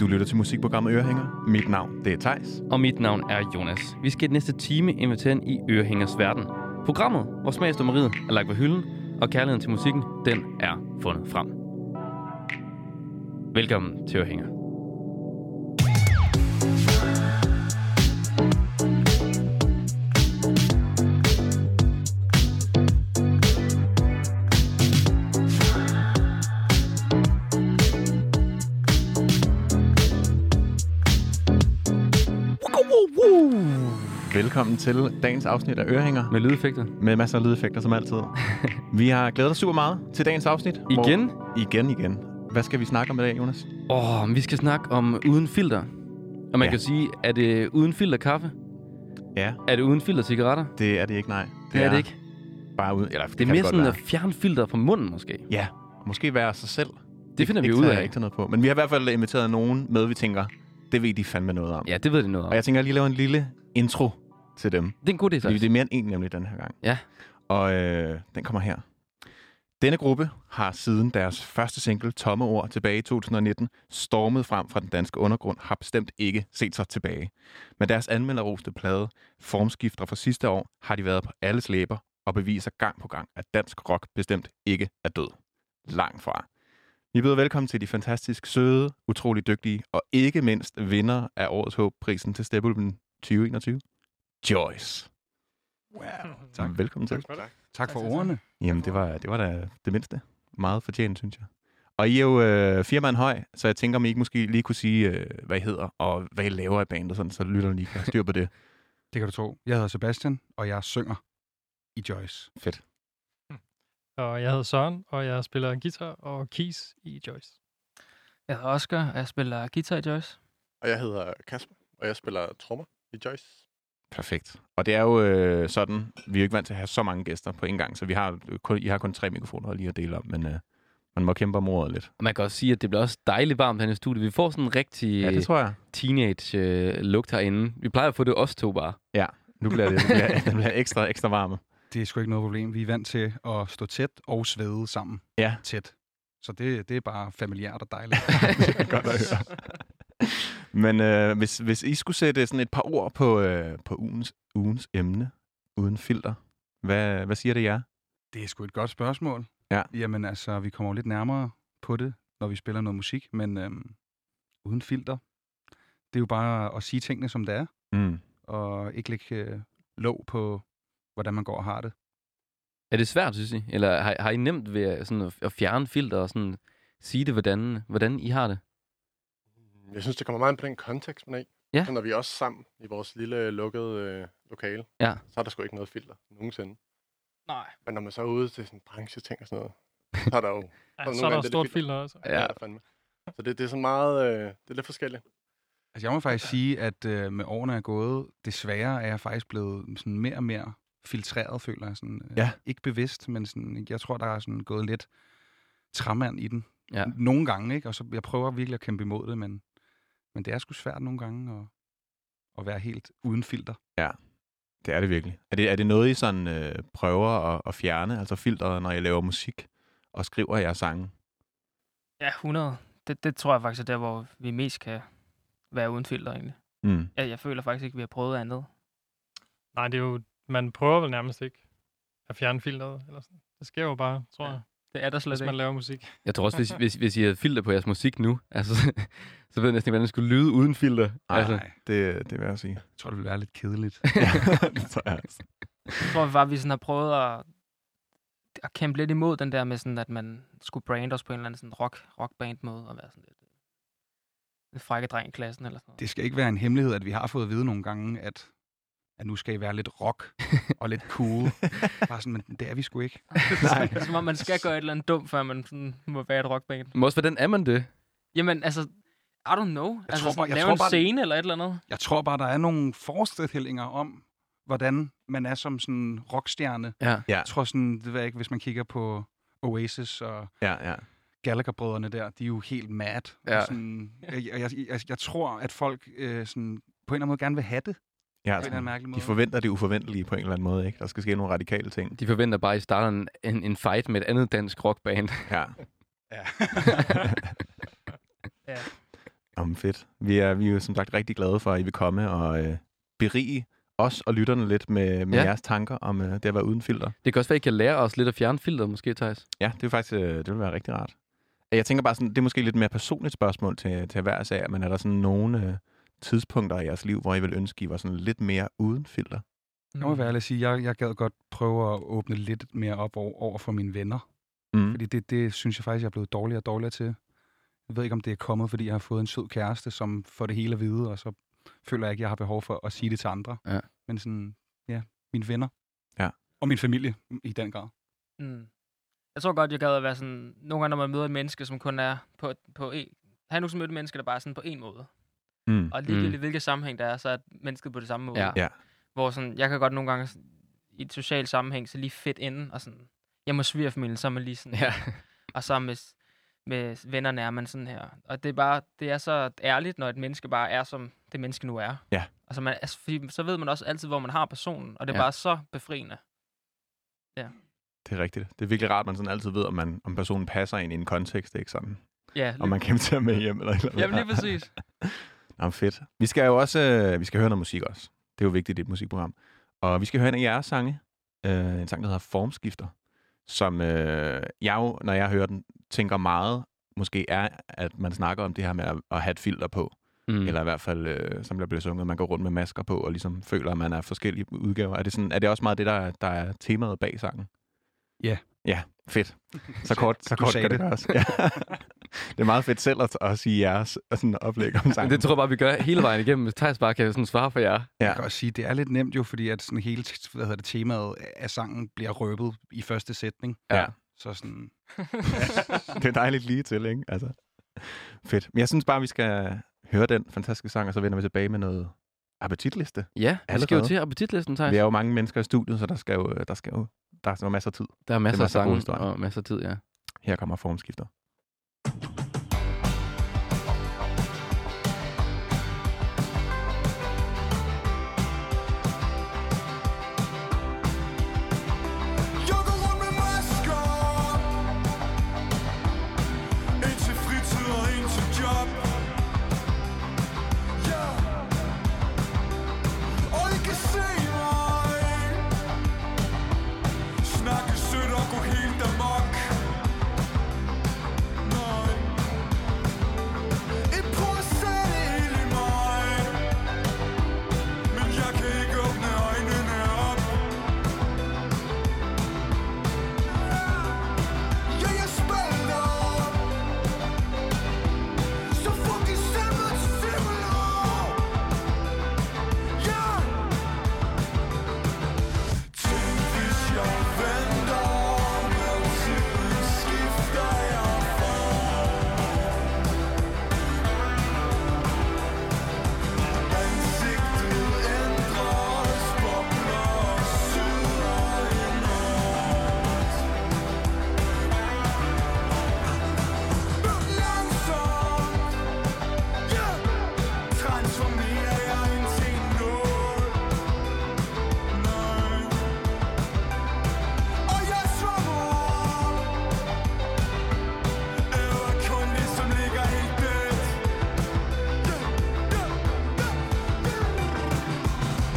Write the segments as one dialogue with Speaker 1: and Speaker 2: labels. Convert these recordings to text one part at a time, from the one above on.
Speaker 1: Du lytter til musikprogrammet Ørehænger. Mit navn, det er Tejs.
Speaker 2: Og mit navn er Jonas. Vi skal i den næste time invitere ind i Ørehængers Verden. Programmet, hvor smagsdommeriet er lagt på hylden, og kærligheden til musikken, den er fundet frem. Velkommen til Ørehænger.
Speaker 1: Velkommen til dagens afsnit af Ørehænger
Speaker 2: Med lydeffekter.
Speaker 1: med masser af lydeffekter som altid. Vi har glædet os super meget til dagens afsnit. hvor-
Speaker 2: Igen?
Speaker 1: Igen, igen. Hvad skal vi snakke om i dag, Jonas?
Speaker 2: Åh, oh, vi skal snakke om uden filter. Og man
Speaker 1: Ja.
Speaker 2: ja. kan sige, er det uden filter kaffe?
Speaker 1: Ja,
Speaker 2: Er det uden filter cigaretter? Det,
Speaker 1: det er det ikke, nej.
Speaker 2: det er, det ikke.
Speaker 1: Bare ud, eller, det,
Speaker 2: Det er
Speaker 1: kan
Speaker 2: mere
Speaker 1: godt
Speaker 2: sådan
Speaker 1: være.
Speaker 2: at fjerne filter fra munden måske.
Speaker 1: Ja, måske være sig selv.
Speaker 2: Det finder vi
Speaker 1: ikke
Speaker 2: ud
Speaker 1: tage-
Speaker 2: af.
Speaker 1: Ikke tage noget på. Men vi har i hvert fald inviteret nogen med, vi tænker, det ved de fandme noget om.
Speaker 2: Ja, det ved de noget om.
Speaker 1: Og jeg tænker, jeg lige lave en lille intro til dem.
Speaker 2: Det er en god idé,
Speaker 1: Fordi
Speaker 2: Thijs.
Speaker 1: det er mere end en nemlig den her gang.
Speaker 2: Ja.
Speaker 1: Og øh, den kommer her. Denne gruppe har siden deres første single, Tomme Ord, tilbage i 2019, stormet frem fra den danske undergrund, har bestemt ikke set sig tilbage. Med deres anmelderroste plade, Formskifter fra sidste år, har de været på alles læber og beviser gang på gang, at dansk rock bestemt ikke er død. Langt fra. Vi byder velkommen til de fantastisk søde, utrolig dygtige og ikke mindst vinder af årets håbprisen til Steppeulven 2021, Joyce.
Speaker 3: Tak.
Speaker 1: Velkommen til.
Speaker 3: Tak for ordene.
Speaker 1: Jamen, det var, det var da det mindste. Meget fortjent, synes jeg. Og I er jo øh, fire mand høj, så jeg tænker, om I ikke måske lige kunne sige, øh, hvad I hedder, og hvad I laver i bandet, sådan, så lytterne lige kan have styr på det.
Speaker 3: Det kan du tro. Jeg hedder Sebastian, og jeg synger i Joyce.
Speaker 1: Fedt.
Speaker 4: Og jeg hedder Søren, og jeg spiller guitar og keys i Joyce.
Speaker 5: Jeg hedder Oscar, og jeg spiller guitar i Joyce.
Speaker 6: Og jeg hedder Kasper, og jeg spiller trommer i Joyce.
Speaker 1: Perfekt. Og det er jo øh, sådan, vi er jo ikke vant til at have så mange gæster på en gang, så vi har kun, I har kun tre mikrofoner lige at dele om, men øh, man må kæmpe om ordet lidt.
Speaker 2: Og man kan også sige, at det bliver også dejligt varmt herinde i studiet. Vi får sådan en rigtig
Speaker 1: Ja, det tror jeg.
Speaker 2: teenage-lugt herinde. Vi plejer at få det os to bare.
Speaker 1: Nu bliver det, det, bliver, det bliver ekstra, ekstra varme.
Speaker 3: Det er sgu ikke noget problem. Vi er vant til at stå tæt og svede sammen.
Speaker 1: Ja.
Speaker 3: Tæt. Så det, det er bare familiært og dejligt.
Speaker 1: Godt at høre. Men øh, hvis, hvis I skulle sætte sådan et par ord på, øh, på ugens, ugens emne, uden filter, hvad, hvad siger det jer?
Speaker 3: det er sgu et godt spørgsmål.
Speaker 1: Ja.
Speaker 3: Jamen altså, vi kommer jo lidt nærmere på det, når vi spiller noget musik, men øhm, uden filter. Det er jo bare at sige tingene, som det er,
Speaker 1: Mm.
Speaker 3: og ikke lægge øh, låg på, hvordan man går og har det.
Speaker 2: Er det svært, synes I? Eller har, har I nemt ved at, sådan, at- at fjerne filter og sådan, sige det, hvordan, hvordan I har det?
Speaker 6: Jeg synes, det kommer meget an på den kontekst, man er i.
Speaker 2: Ja.
Speaker 6: Så når vi er også sammen i vores lille lukkede øh, lokale,
Speaker 2: Ja.
Speaker 6: så er der sgu ikke noget filter nogensinde.
Speaker 4: Nej.
Speaker 6: Men når man så er ude til sådan brancheting og sådan noget, så er der jo...
Speaker 4: Ja,
Speaker 6: nogle
Speaker 4: så
Speaker 6: gange
Speaker 4: er der
Speaker 6: er
Speaker 4: jo
Speaker 6: det
Speaker 4: stort
Speaker 6: lidt vildt.
Speaker 4: filter også.
Speaker 6: ja. fandme. Så det, det er så meget... Øh, det er lidt forskelligt.
Speaker 3: Altså, jeg må faktisk sige, at øh, med årene er gået, desværre er jeg faktisk blevet sådan mere og mere filtreret, føler jeg. Sådan, øh,
Speaker 1: Ja.
Speaker 3: Ikke bevidst, men sådan, jeg tror, der er sådan gået lidt træmand i den.
Speaker 2: Ja.
Speaker 3: Nogle gange, ikke? Og så, jeg prøver virkelig at kæmpe imod det, men, men det er sgu svært nogle gange at, at være helt uden filter.
Speaker 1: Det er det virkelig. Er det, er det noget, I sådan, øh, prøver at, at fjerne, altså filteret, når I laver musik og skriver jeres sange?
Speaker 5: Ja, 100. Det, det tror jeg faktisk er der, hvor vi mest kan være uden filter egentlig.
Speaker 1: Mm.
Speaker 5: Jeg, jeg føler faktisk ikke, vi har prøvet andet.
Speaker 4: Nej, det er jo, man prøver vel nærmest ikke at fjerne filteret. Eller sådan. Det sker jo bare, tror
Speaker 5: Ja,
Speaker 4: jeg,
Speaker 5: Det er der slet
Speaker 4: hvis
Speaker 5: ikke.
Speaker 4: man laver musik.
Speaker 2: Jeg tror også, hvis, hvis, hvis I havde filter på jeres musik nu, altså, så ved jeg næsten ikke, hvordan det skulle lyde uden filter.
Speaker 1: Ej,
Speaker 2: altså,
Speaker 3: Nej,
Speaker 1: Det, det vil jeg sige.
Speaker 3: jeg tror, det ville være lidt kedeligt.
Speaker 1: ja, det tror jeg altså.
Speaker 5: Jeg tror bare, vi sådan har prøvet at, at kæmpe lidt imod den der med sådan, at man skulle brande os på en eller anden sådan rock, rockband måde og være sådan lidt øh, en frække dreng i klassen eller sådan noget.
Speaker 3: Det skal ikke være en hemmelighed, at vi har fået at vide nogle gange, at, at nu skal I være lidt rock og lidt cool. Bare sådan, men det er vi sgu ikke.
Speaker 1: Nej.
Speaker 5: Det er som om, man skal gøre et eller andet dumt, før man sådan må være et rockband.
Speaker 2: men også, hvordan er man det?
Speaker 5: Jamen, altså, I don't know. Jeg altså,
Speaker 3: tror bare-
Speaker 5: sådan,
Speaker 3: jeg
Speaker 5: lave
Speaker 3: tror
Speaker 5: en
Speaker 3: bare-
Speaker 5: scene eller et eller andet.
Speaker 3: Jeg tror bare, der er nogle forestillinger om, hvordan man er som sådan en rockstjerne.
Speaker 2: Ja.
Speaker 1: Ja.
Speaker 3: Jeg tror sådan, det ved jeg ikke, hvis man kigger på Oasis og
Speaker 1: Ja, ja.
Speaker 3: Gallagher-brødrene der, de er jo helt mad.
Speaker 2: Ja.
Speaker 3: Og sådan, jeg, jeg, jeg, jeg, jeg tror, at folk øh, sådan, på en eller anden måde gerne vil have det.
Speaker 1: ja
Speaker 3: På en eller anden mærkelig
Speaker 1: de
Speaker 3: måde.
Speaker 1: forventer det uforventelige på en eller anden måde, ikke? Der skal ske nogle radikale ting.
Speaker 2: De forventer bare, at I starter en, en, en fight med et andet dansk rockband.
Speaker 1: Ja.
Speaker 3: Ja.
Speaker 4: Ja.
Speaker 1: Om fedt. Vi er, vi er jo som sagt rigtig glade for, at I vil komme og øh, berige os og lytterne lidt med, med
Speaker 2: Ja.
Speaker 1: ja. jeres tanker om øh, det at være uden filter.
Speaker 2: Det kan også være, I kan lære os lidt at fjerne filteret, måske, Thijs.
Speaker 1: Ja, det vil faktisk øh, det vil være rigtig rart. Jeg tænker bare sådan, det er måske lidt mere personligt spørgsmål til, til hver sag, men er der sådan nogle øh, tidspunkter i jeres liv, hvor I vil ønske, I var sådan lidt mere uden filter?
Speaker 3: Jeg må være
Speaker 1: Mm.
Speaker 3: ærlig at sige, jeg, jeg gad godt prøve at åbne lidt mere op over, over for mine venner.
Speaker 1: Mm.
Speaker 3: Fordi det, det synes jeg faktisk, jeg er blevet dårligere og dårligere til. Jeg ved ikke, om det er kommet, fordi jeg har fået en sød kæreste, som får det hele at vide, og så føler jeg ikke, jeg har behov for at sige det til andre.
Speaker 2: Ja.
Speaker 3: Men sådan, ja, mine venner.
Speaker 1: Ja.
Speaker 3: Og min familie i den grad.
Speaker 5: Mm. Jeg tror godt, jeg gad at være sådan... Nogle gange, når man møder et menneske, som kun er på... på en, har nu som mødt et menneske, der bare er sådan på en måde.
Speaker 1: Mm.
Speaker 5: Og ligegyldigt, mm. hvilket sammenhæng der er, så er mennesket på det samme måde.
Speaker 2: Ja.
Speaker 1: Ja.
Speaker 5: Hvor sådan, jeg kan godt nogle gange sådan, i et socialt sammenhæng, så lige fedt inden, og sådan, jeg må svige familien, så er man lige sådan,
Speaker 2: Ja.
Speaker 5: og så med, s- med vennerne er man sådan her. Og det er bare, det er så ærligt, når et menneske bare er, som det menneske nu er.
Speaker 1: Ja.
Speaker 5: Altså, man, altså fordi, så ved man også altid, hvor man har personen, og det er
Speaker 2: Ja.
Speaker 5: bare så befriende.
Speaker 1: Det er rigtigt. Det er virkelig rart, at man sådan altid ved, om, man, om personen passer ind i en kontekst, ikke sådan?
Speaker 5: Ja,
Speaker 1: Om man kan tage med hjem eller et eller andet.
Speaker 5: Jamen lige præcis.
Speaker 1: Nå, fedt. Vi skal jo også øh, vi skal høre noget musik også. Det er jo vigtigt i et musikprogram. Og vi skal høre en af jeres sange. Øh, en sang, der hedder Formskifter. Som øh, jeg jo, når jeg hører den, tænker meget, måske er, at man snakker om det her med at, at have et filter på.
Speaker 2: Mm.
Speaker 1: Mm. Eller i hvert fald, øh, som der bliver sunget, at man går rundt med masker på og ligesom føler, at man er forskellige udgaver. Er det, sådan, er det også meget det, der, er- der er temaet bag sangen?
Speaker 3: Ja.
Speaker 1: Ja, fedt. Så kort, så
Speaker 3: Du
Speaker 1: kort
Speaker 3: sagde
Speaker 1: gør det, det
Speaker 3: det.
Speaker 1: også. Ja. det er meget fedt selv at, at sige jeres og sådan oplæg om sangen.
Speaker 2: Men det tror jeg bare, vi gør hele vejen igennem, hvis Thijs bare kan sådan svare for jer.
Speaker 1: Ja.
Speaker 3: Jeg kan også sige, det er lidt nemt jo, fordi at sådan hele hvad hedder det, temaet af sangen bliver røbet i første sætning.
Speaker 1: Ja.
Speaker 3: Så sådan,
Speaker 1: det er dejligt lige til, ikke? Altså, fedt. Men jeg synes bare, vi skal høre den fantastiske sang, og så vender vi tilbage med noget appetitliste.
Speaker 2: Ja, vi skal jo
Speaker 1: Allerede.
Speaker 2: til appetitlisten, Thijs.
Speaker 1: Vi er jo mange mennesker i studiet, så der skal jo, der skal jo der er masser af tid.
Speaker 2: Der er masser af
Speaker 1: masser af gode
Speaker 2: sange
Speaker 1: historier.
Speaker 2: og masser af tid, ja.
Speaker 1: Her kommer formskifter.
Speaker 7: Jeg går rundt med masker En til fritid og en til job Ja Og I kan se mig Snakke sødt og gå helt amok Nej I prøver at sætte ild i mig Men jeg kan ikke åbne øjnene op Jeg er spænder Så fucking simpel simler Ja Tænk hvis jeg venter Men tiden skifter jeg form Ansigtet ændres Bobler og syder enormt Jeg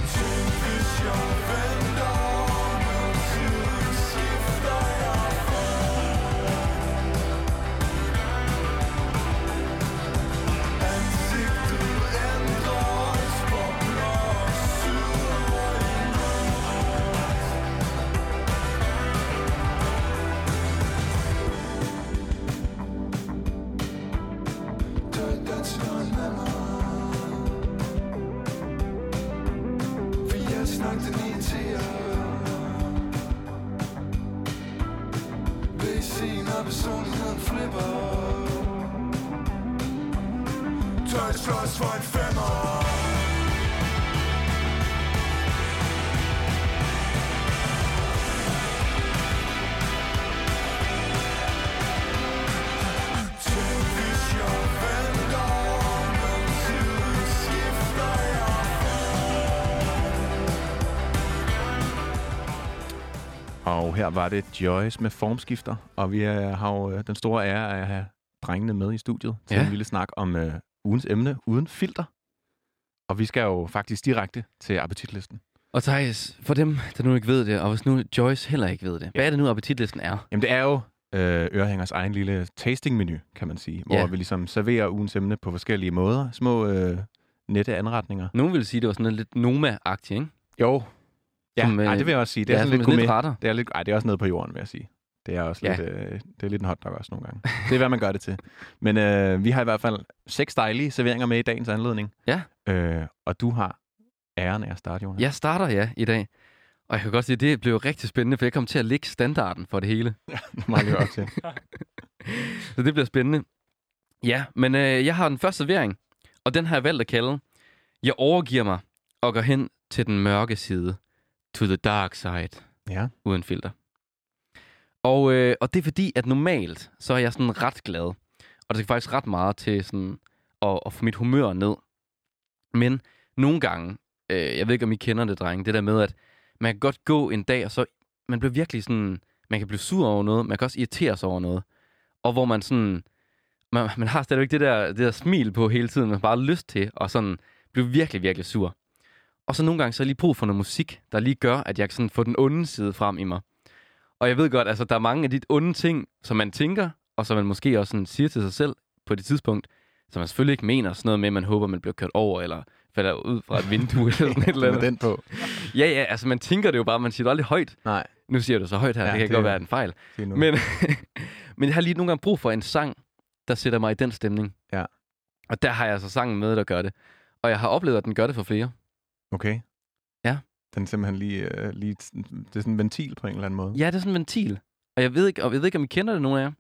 Speaker 7: venter, men tiden skifter jeg Ansigtet ændres, bobler og syder enormt. Da, that's not lemon. Vi har snakket lige til jer. Vil I se, når personligheden flipper? Tøj slås for en femmer Tænk, hvis jeg venter, men tiden skifter jeg
Speaker 1: Og her var det Joyce med formskifter, og vi øh, har jo øh, den store ære af at have drengene med i studiet til
Speaker 2: Ja.
Speaker 1: en lille snak om øh, ugens emne uden filter. Og vi skal jo faktisk direkte til appetitlisten.
Speaker 2: Og Thijs, for dem, der nu ikke ved det, og hvis nu Joyce heller ikke ved det, hvad er det nu, appetitlisten er?
Speaker 1: Jamen, det er jo øh, Ørehængers egen lille tastingmenu, kan man sige, hvor
Speaker 2: Ja.
Speaker 1: vi ligesom serverer ugens emne på forskellige måder. Små øh, nette anretninger.
Speaker 2: Nogen ville sige, det var sådan noget lidt Noma-agtigt, ikke?
Speaker 1: Jo. Ja,
Speaker 2: Som,
Speaker 1: Som,
Speaker 2: øh,
Speaker 1: øh, ej, det vil jeg også sige. Det
Speaker 2: Ja,
Speaker 1: er, sådan lidt
Speaker 2: sådan
Speaker 1: gourmet.
Speaker 2: lidt retter.
Speaker 1: Det er, lidt, ej, det er også nede på jorden, vil jeg sige. Det er også
Speaker 2: Ja.
Speaker 1: ja. lidt, øh, det er lidt en hotdog også nogle gange. Det er, hvad man gør det til. Men øh, vi har i hvert fald seks dejlige serveringer med i dagens anledning.
Speaker 2: Ja.
Speaker 1: Øh, og du har æren af at starte, Jonas.
Speaker 2: Jeg starter ja i dag, og jeg kan godt sige, at det blev rigtig spændende, for jeg kom til at lægge standarden for det hele.
Speaker 1: Det må jeg leve op til.
Speaker 2: Så det bliver spændende. Ja, men øh, jeg har den første servering, og den har jeg valgt at kalde Jeg overgiver mig og går hen til den mørke side. To the dark side.
Speaker 1: Ja.
Speaker 2: Uden filter. Og, øh, og det er fordi, at normalt, så er jeg sådan ret glad. Og det skal faktisk ret meget til sådan at, at få mit humør ned. Men nogle gange, øh, jeg ved ikke, om I kender det, drenge, det der med, at man kan godt gå en dag, og så man bliver virkelig sådan, man kan blive sur over noget, man kan også irritere sig over noget. Og hvor man sådan, man, man har stadigvæk det der, det der smil på hele tiden, man har bare lyst til, og sådan blive virkelig, virkelig sur. Og så nogle gange, så er jeg lige brug for noget musik, der lige gør, at jeg kan sådan få den onde side frem i mig. Og jeg ved godt, altså der er mange af de onde ting, som man tænker, og som man måske også sådan siger til sig selv på det tidspunkt, som man selvfølgelig ikke mener sådan noget med, at man håber, man bliver kørt over, eller falder ud fra et vindue, eller sådan et eller
Speaker 1: Med
Speaker 2: andet.
Speaker 1: den på.
Speaker 2: Ja, ja, altså man tænker det jo bare, man siger det aldrig højt.
Speaker 1: Nej.
Speaker 2: Nu siger du så højt her, ja,
Speaker 1: Ja,
Speaker 2: det kan det...
Speaker 1: det-
Speaker 2: godt være en fejl.
Speaker 1: Sig nu.
Speaker 2: Men, men jeg har lige nogle gange brug for en sang, der sætter mig i den stemning.
Speaker 1: Ja.
Speaker 2: Og der har jeg så sangen med, der gør det. Og jeg har oplevet, at den gør det for flere.
Speaker 1: Okay.
Speaker 2: Ja.
Speaker 1: Den er simpelthen lige, øh, lige, det er sådan en ventil på en eller anden måde.
Speaker 2: Ja, det er sådan en ventil. Og jeg ved ikke, og jeg ved ikke om I kender det, nogen af jer.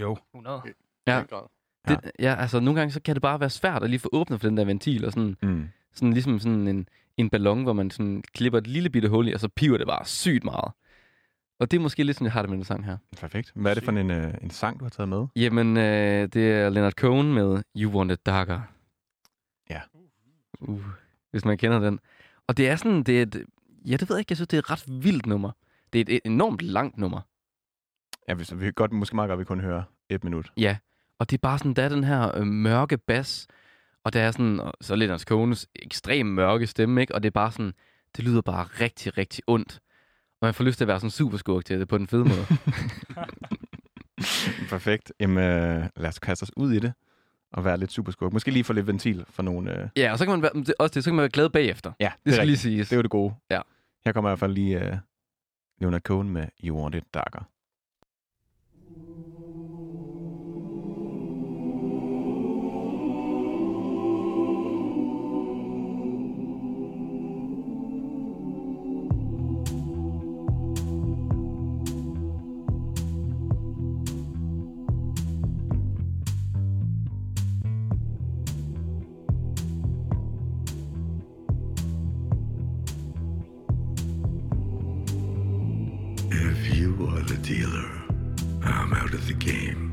Speaker 3: Jo.
Speaker 5: 100.
Speaker 2: Ja.
Speaker 6: Den grad.
Speaker 1: Ja.
Speaker 2: Det, ja, altså nogle gange så kan det bare være svært at lige få åbnet for den der ventil, og sådan,
Speaker 1: Mm.
Speaker 2: sådan ligesom sådan en, en ballon, hvor man sådan klipper et lille bitte hul i, og så piver det bare sygt meget. Og det er måske lidt sådan, jeg har det med den sang her.
Speaker 1: Perfekt. Hvad er det for en, øh, en sang, du har taget med?
Speaker 2: Jamen, øh, det er Leonard Cohen med You Want It Darker.
Speaker 1: Ja.
Speaker 2: Uh, hvis man kender den. Og det er sådan, det er et, ja, det ved jeg ikke, jeg synes, det er et ret vildt nummer. Det er et enormt langt nummer.
Speaker 1: Ja, hvis, vi kan godt, måske meget godt, vi kun høre et minut.
Speaker 2: Og det er bare sådan, der er den her øh, mørke bas, og der er sådan, og så lidt hans kones ekstrem mørke stemme, ikke? Og det er bare sådan, det lyder bare rigtig, rigtig ondt. Og man får lyst til at være sådan superskurk til det på den fede måde.
Speaker 1: Perfekt. Jamen, øh, lad os kaste os ud i det og være lidt superskurk. Måske lige få lidt ventil for nogle... Øh,
Speaker 2: ja, og så kan man være, men det, også det, så kan man være glad bagefter.
Speaker 1: Ja,
Speaker 2: Det
Speaker 1: det,
Speaker 2: skal
Speaker 1: er
Speaker 2: lige
Speaker 1: lige...
Speaker 2: siges.
Speaker 1: det er jo det gode.
Speaker 2: Ja.
Speaker 1: Her kommer i hvert fald lige øh, Leonard Cohen med You Want It Darker.
Speaker 8: If you are the dealer, I'm out of the game.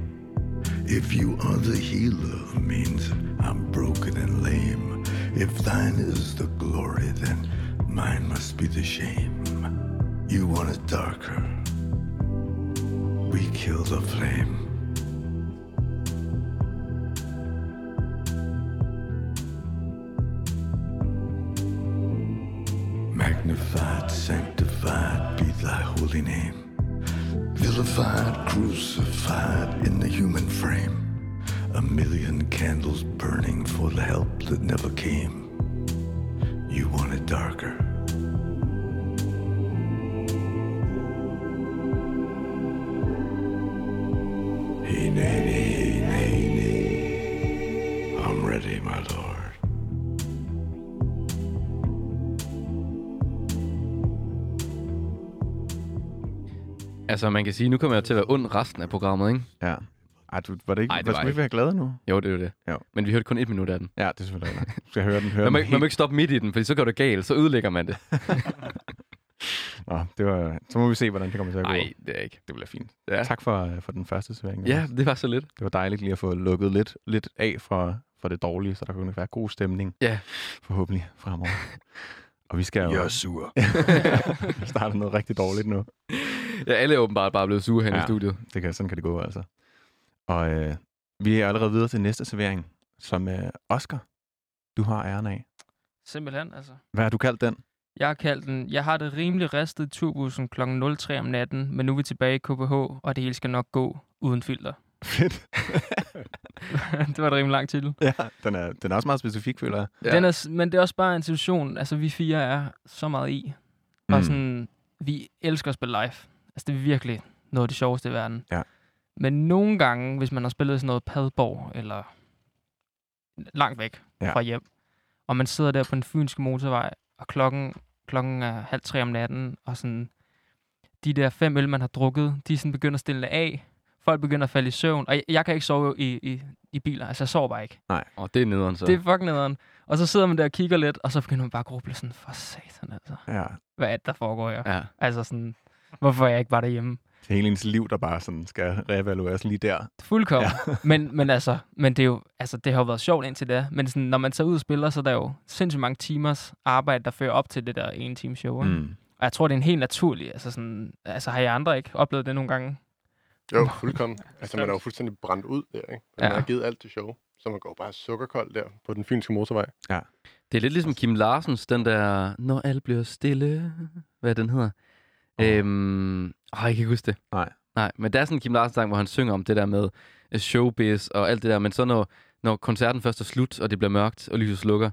Speaker 8: If you are the healer, means I'm broken and lame. If thine is the glory, then mine must be the shame. You want it darker. We kill the flame. Magnified, sanctified be thy holy name. Vilified, crucified in the human frame. A million candles burning for the help that never came. You want it darker. Hey, nay, nay, hey, nay, nay. I'm ready, my lord.
Speaker 2: Altså, man kan sige, nu kommer jeg til at være ond resten af programmet, ikke?
Speaker 1: Ja. Ej, du, var det ikke...
Speaker 2: Ej,
Speaker 1: Ej,
Speaker 2: det
Speaker 1: det
Speaker 2: var
Speaker 1: var
Speaker 2: ikke.
Speaker 1: ikke. være glade nu?
Speaker 2: Jo, det er jo det.
Speaker 1: Jo.
Speaker 2: Men vi hørte kun et minut af den.
Speaker 1: Ja, det er selvfølgelig rigtigt. Du skal høre den. Høre
Speaker 2: Man må,
Speaker 1: den
Speaker 2: ikke- man må ikke stoppe midt i den, for så går det galt, så ødelægger man det.
Speaker 1: Nå, det var... Så må vi se, hvordan det kommer til at gå.
Speaker 2: Nej, det er ikke.
Speaker 1: Det bliver fint.
Speaker 2: Ja.
Speaker 1: Ja. Tak for, øh, for den første servering.
Speaker 2: Ja,
Speaker 1: Jonas.
Speaker 2: det var så lidt.
Speaker 1: Det var dejligt lige at få lukket lidt, lidt af fra, fra det dårlige, så der kunne være god stemning.
Speaker 2: Ja.
Speaker 1: Forhåbentlig fremover. og vi skal jo
Speaker 8: You're sewer.
Speaker 1: starte noget rigtig dårligt nu.
Speaker 2: Ja, alle er åbenbart bare blevet sure her ja. i
Speaker 1: Ja.
Speaker 2: studiet.
Speaker 1: Det kan, sådan kan det gå, altså. Og øh, Vi er allerede videre til næste servering, som øh, Oscar, du har æren af.
Speaker 5: Simpelthen, altså.
Speaker 1: Hvad har du kaldt den?
Speaker 5: Jeg har kaldt den, jeg har det rimelig ristet i turbussen kl. 03 om natten, men nu er vi tilbage i KBH, og det hele skal nok gå uden filter.
Speaker 1: Fedt.
Speaker 5: det var et rimelig lang titel.
Speaker 1: ja, den er, den er også meget specifik, føler jeg.
Speaker 5: Ja. Den er, s- men det er også bare en situation, altså vi fire er så meget i. Mm. Og sådan, vi elsker at spille live. Altså det er virkelig noget af det sjoveste i verden.
Speaker 1: Ja.
Speaker 5: Men nogle gange, hvis man har spillet sådan noget Padborg, eller langt væk
Speaker 1: Ja.
Speaker 5: ja. fra hjem, og man sidder der på den fynske motorvej, og klokken, klokken er halv tre om natten, og sådan, de der fem øl, man har drukket, de sådan begynder at stille af, folk begynder at falde i søvn, og jeg, jeg kan ikke sove i, i, i biler, altså jeg sover bare ikke.
Speaker 2: Og det er nederen så.
Speaker 5: Det er fucking nederen. Og så sidder man der og kigger lidt, og så begynder man bare at gruble sådan, for satan altså.
Speaker 1: Ja,
Speaker 5: Hvad er det, der foregår her? Ja.
Speaker 2: Ja.
Speaker 5: Altså sådan, hvorfor er jeg ikke bare derhjemme?
Speaker 1: det er hele ens liv, der bare sådan skal reevalueres lige der.
Speaker 5: Fuldkommen. Ja. men, men altså, men det, er jo, altså, det har jo været sjovt indtil da. Men sådan, når man tager ud og spiller, så er der jo sindssygt mange timers arbejde, der fører op til det der en time show. Mm.
Speaker 1: Mm.
Speaker 5: Og jeg tror, det er en helt naturlig, altså sådan, altså har jeg andre ikke oplevet det nogle gange?
Speaker 6: Jo, fuldkommen. Altså, man er jo fuldstændig brændt ud der, ikke? Man
Speaker 5: Ja.
Speaker 6: har givet alt det show, så man går bare sukkerkold der på den fynske motorvej.
Speaker 2: Det er lidt ligesom Kim Larsens, den der, når alt bliver stille, hvad den hedder. Oh. Øhm, åh, jeg kan ikke huske det.
Speaker 1: Nej.
Speaker 2: Nej, men der er sådan en Kim Larsen sang, hvor han synger om det der med øh, showbiz og alt det der, men så når, når koncerten først er slut, og det bliver mørkt, og lyset slukker,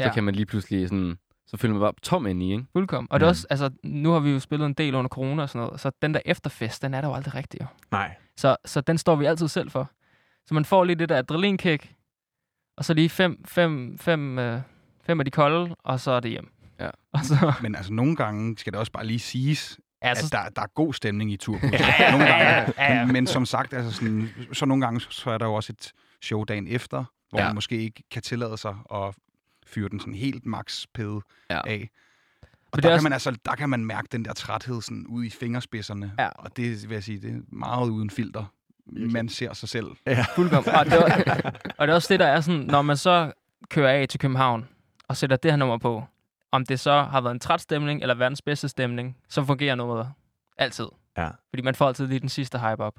Speaker 2: ja.
Speaker 5: Ja.
Speaker 2: så kan man lige pludselig sådan, så føler man bare tom ind i, ikke?
Speaker 5: Fuldkommen. Og det er
Speaker 1: Mm.
Speaker 5: også, altså, nu har vi jo spillet en del under corona og sådan noget, så den der efterfest, den er der jo aldrig rigtig. Jo.
Speaker 1: Nej.
Speaker 5: Så, så den står vi altid selv for. Så man får lige det der adrenalinkick, og så lige fem, fem, fem, øh, fem af de kolde, og så er det hjem.
Speaker 2: Ja.
Speaker 5: Og så,
Speaker 3: Men altså, nogle gange skal det også bare lige siges,
Speaker 5: ja,
Speaker 3: altså,
Speaker 5: så,
Speaker 3: at der, der er god stemning i turbussen.
Speaker 5: ja,
Speaker 3: nogle gange.
Speaker 5: ja, ja, ja.
Speaker 3: Men, men som sagt, altså sådan, så nogle gange, så er der jo også et show dagen efter, hvor
Speaker 2: Ja.
Speaker 3: ja. man måske ikke kan tillade sig at fyre den sådan helt max pæde
Speaker 2: Ja.
Speaker 3: ja. af.
Speaker 5: Men
Speaker 3: Og
Speaker 5: det er
Speaker 3: der kan,
Speaker 5: også-
Speaker 3: man altså, der kan man mærke den der træthed sådan ude i fingerspidserne.
Speaker 5: Ja.
Speaker 3: Og det vil jeg sige, det er meget uden filter. Man ser sig selv.
Speaker 5: fuldkommen. Og det, er, og det er også det, der er sådan, når man så kører af til København, og sætter det her nummer på, om det så har været en træt stemning, eller verdens bedste stemning, så fungerer nummeret altid.
Speaker 1: Ja.
Speaker 5: Fordi man får altid lige den sidste hype op.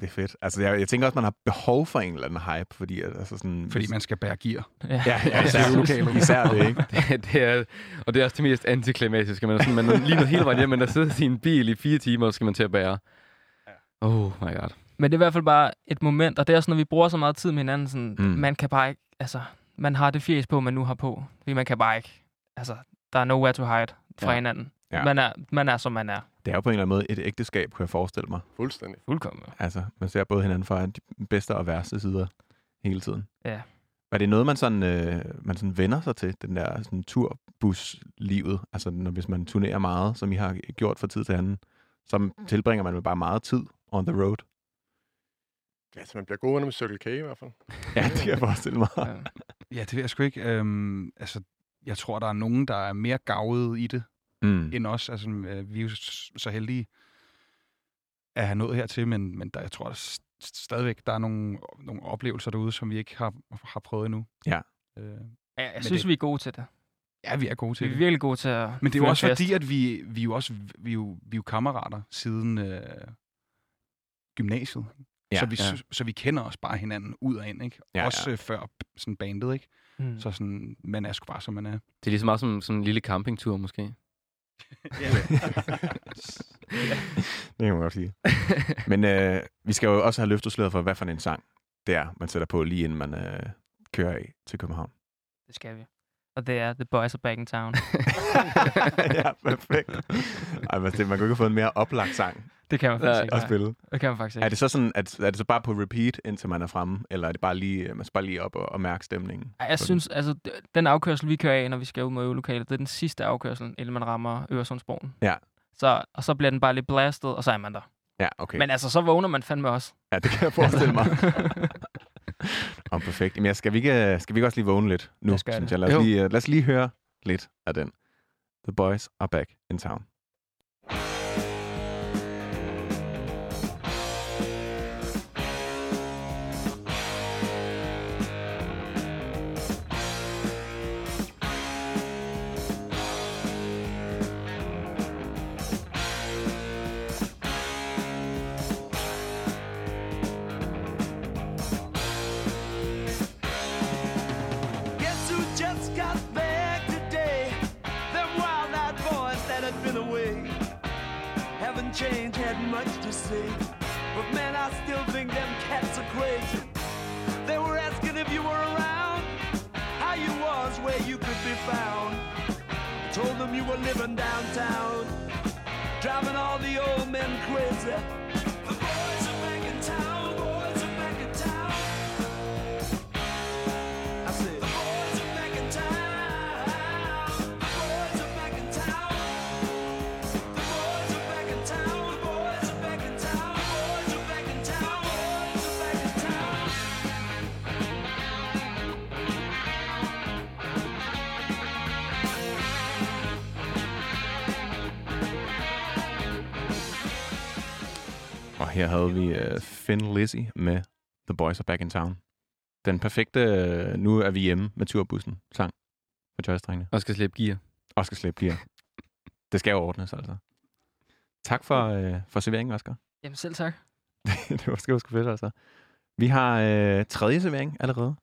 Speaker 1: Det er fedt. Altså, jeg, jeg tænker også, man har behov for en eller anden hype, fordi at- altså sådan...
Speaker 3: Fordi man skal bære gear.
Speaker 5: Ja.
Speaker 1: Ja, ja især,
Speaker 3: lokalet.
Speaker 1: især det, ikke?
Speaker 2: det er, og det er også det mest antiklimatiske. Man er sådan, man er lige nået hele vejen hjem, men der sidder i sin bil i fire timer, og skal man til at bære. Oh my god.
Speaker 5: Men det er i hvert fald bare et moment, og det er også, når vi bruger så meget tid med hinanden, sådan,
Speaker 1: Mm.
Speaker 5: mm. man kan bare ikke, altså, man har det fjes på, man nu har på, fordi man kan bare ikke, altså, der er nowhere to hide fra
Speaker 2: Ja.
Speaker 5: ja. hinanden.
Speaker 1: Ja.
Speaker 5: Ja. Man, er, man er, som man er.
Speaker 1: Det er jo på en eller anden måde et ægteskab, kunne jeg forestille mig.
Speaker 6: Fuldstændig.
Speaker 5: Fuldkommen.
Speaker 1: Altså, man ser både hinanden fra de bedste og værste sider hele tiden.
Speaker 5: Ja.
Speaker 1: Er det noget, man sådan, øh, man sådan vender sig til, den der sådan, turbuslivet? Altså, når, hvis man turnerer meget, som I har gjort fra tid til anden, så tilbringer man vel bare meget tid on the road.
Speaker 6: Ja, altså, man bliver god under med Circle K i hvert fald.
Speaker 1: Ja, det kan jeg forestille mig.
Speaker 5: Ja.
Speaker 3: Ja, det ved jeg sgu ikke. Øhm, altså, jeg tror, der er nogen, der er mere gavet i det,
Speaker 1: Mm.
Speaker 3: end os. Altså, øh, vi er jo s- så heldige at have nået hertil, men, men der, jeg tror der st- stadigvæk, der er nogle, nogle oplevelser derude, som vi ikke har, har prøvet endnu.
Speaker 1: Ja.
Speaker 3: Øh,
Speaker 5: Ja, jeg
Speaker 3: Men
Speaker 5: synes,
Speaker 3: det-
Speaker 5: vi er gode til det.
Speaker 3: ja, vi er gode til
Speaker 5: Vi er
Speaker 3: det.
Speaker 5: virkelig gode til at
Speaker 3: Men det er
Speaker 5: føre
Speaker 3: jo også
Speaker 5: en fest.
Speaker 3: fordi, at vi, vi er jo også vi er jo, vi er jo kammerater siden øh, gymnasiet.
Speaker 1: Ja,
Speaker 3: Ja, så, vi,
Speaker 2: ja.
Speaker 3: ja. så, så vi kender os bare hinanden ud og ind, ikke?
Speaker 1: Ja, ja.
Speaker 3: også Øh, før sådan bandet, ikke?
Speaker 5: Mm.
Speaker 3: Så sådan, man er sgu bare, som man er.
Speaker 2: Det er lige så meget som sådan en lille campingtur, måske.
Speaker 1: Det kan man godt sige. Men øh, vi skal jo også have løftet sløret for, hvad for en sang det er, man sætter på, lige inden man øh, kører af til København.
Speaker 5: Det skal vi. Og det er The Boys Are Back in Town.
Speaker 1: ja, perfekt. Ej, men det, man kunne ikke have fået en mere oplagt sang
Speaker 5: Det kan man
Speaker 2: Ja,
Speaker 5: faktisk ikke.
Speaker 1: at
Speaker 5: nej.
Speaker 1: spille.
Speaker 5: Det kan man faktisk
Speaker 1: Er
Speaker 5: ikke.
Speaker 1: det så sådan, at, er det så bare på repeat, indtil man er fremme? Eller er det bare lige, øh, man skal bare lige op og, og mærke stemningen?
Speaker 5: Ej, Jeg synes, altså, d- den afkørsel, vi kører af, når vi skal ud mod øvelokalet, det er den sidste afkørsel, inden man rammer Øresundsbroen.
Speaker 1: Ja.
Speaker 5: Så, og så bliver den bare lidt blastet, og så er man der.
Speaker 1: Ja, okay.
Speaker 5: Men altså, så vågner man fandme også.
Speaker 1: Ja, det kan jeg forestille mig. Om perfekt. Jamen, ja, skal vi, ikke, øh, skal vi ikke også lige vågne lidt nu,
Speaker 5: Lad os gøre
Speaker 1: synes
Speaker 5: det.
Speaker 1: jeg? Lad
Speaker 2: Jo.
Speaker 1: os, lige, øh, lad os lige høre lidt af den. The boys are back in town.
Speaker 9: mistake. But man, I still think them cats are crazy. They were asking if you were around, how you was, where you could be found. I told them you were living downtown, driving all the old men crazy. The boys are back in town, boys are back in town. I said, The boys are back in town. The boys are back in town. The boys are back in town. The boys are back in town. The boys are back in town. Boys are back in town.
Speaker 1: Og her havde vi øh, Finn Lizzy med The Boys Are Back in Town. Den perfekte øh, Nu er vi hjemme med turbussen sang for tøjstrengene.
Speaker 2: Og skal slippe gear.
Speaker 1: Og skal slippe gear. Det skal jo ordnes, altså. Tak for, øh, for serveringen, Oscar.
Speaker 5: Jamen selv tak.
Speaker 1: det var sgu, sgu fedt, altså. Vi har øh, tredje servering allerede,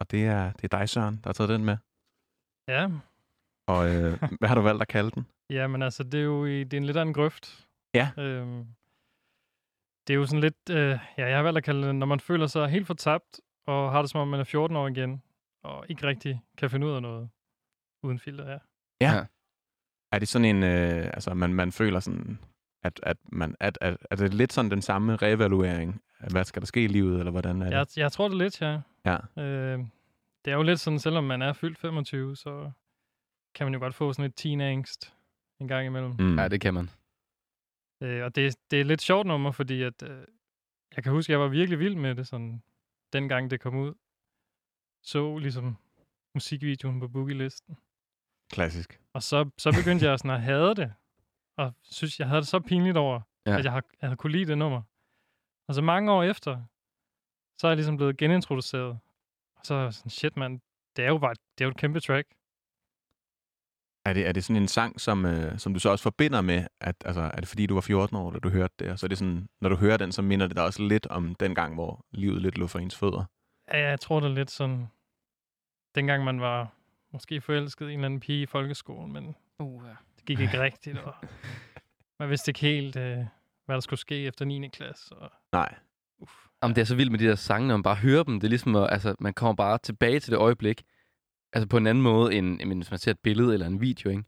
Speaker 1: og det er, det er dig, Søren, der har taget den med.
Speaker 4: Ja,
Speaker 1: Og øh, hvad har du valgt at kalde den?
Speaker 4: Ja, men altså, det er jo i, det er en lidt af en grøft.
Speaker 1: Ja.
Speaker 4: Øhm, det er jo sådan lidt, øh, ja, jeg har valgt at kalde det, når man føler sig helt fortabt, og har det som om, man er 14 år igen, og ikke rigtig kan finde ud af noget uden filter, ja.
Speaker 1: Er det sådan en, øh, altså man, man føler sådan, at, at man, at, at, at det er lidt sådan den samme reevaluering? At Hvad skal der ske i livet, eller hvordan er det?
Speaker 4: Jeg, jeg tror det lidt, ja.
Speaker 1: Ja.
Speaker 4: Øh, det er jo lidt sådan, selvom man er fyldt 25, så kan man jo godt få sådan lidt teenangst en gang imellem.
Speaker 1: Mm.
Speaker 2: Ja, det kan man.
Speaker 4: Øh, og det, det er et lidt sjovt nummer, fordi at, øh, jeg kan huske, at jeg var virkelig vild med det, sådan, dengang det kom ud. Så ligesom musikvideoen på boogie-listen.
Speaker 1: Klassisk.
Speaker 4: Og så, så begyndte jeg sådan at hade det. Og synes, jeg havde det så pinligt over,
Speaker 2: Ja.
Speaker 4: ja. at jeg, har, jeg havde kunne lide det nummer. Og så mange år efter, så er jeg ligesom blevet genintroduceret. Og så er jeg sådan, shit mand, det er jo bare det er jo et kæmpe track.
Speaker 1: Er det, er det sådan en sang, som, øh, som du så også forbinder med, at, altså, er det fordi, du var 14 år, da du hørte det, og så er det sådan, når du hører den, så minder det dig også lidt om den gang, hvor livet lidt lå for ens fødder?
Speaker 4: Ja, jeg tror det er lidt sådan, dengang man var måske forelsket i en eller anden pige i folkeskolen, men
Speaker 5: Uh, ja.
Speaker 4: Det gik ikke rigtigt, og man vidste ikke helt, øh, hvad der skulle ske efter 9. klasse. Og,
Speaker 1: Nej.
Speaker 4: uff.
Speaker 2: Om det er så vildt med de der sange, når man bare hører dem. Det er ligesom, at, altså, man kommer bare tilbage til det øjeblik. Altså på en anden måde, end, end hvis man ser et billede eller en video, ikke?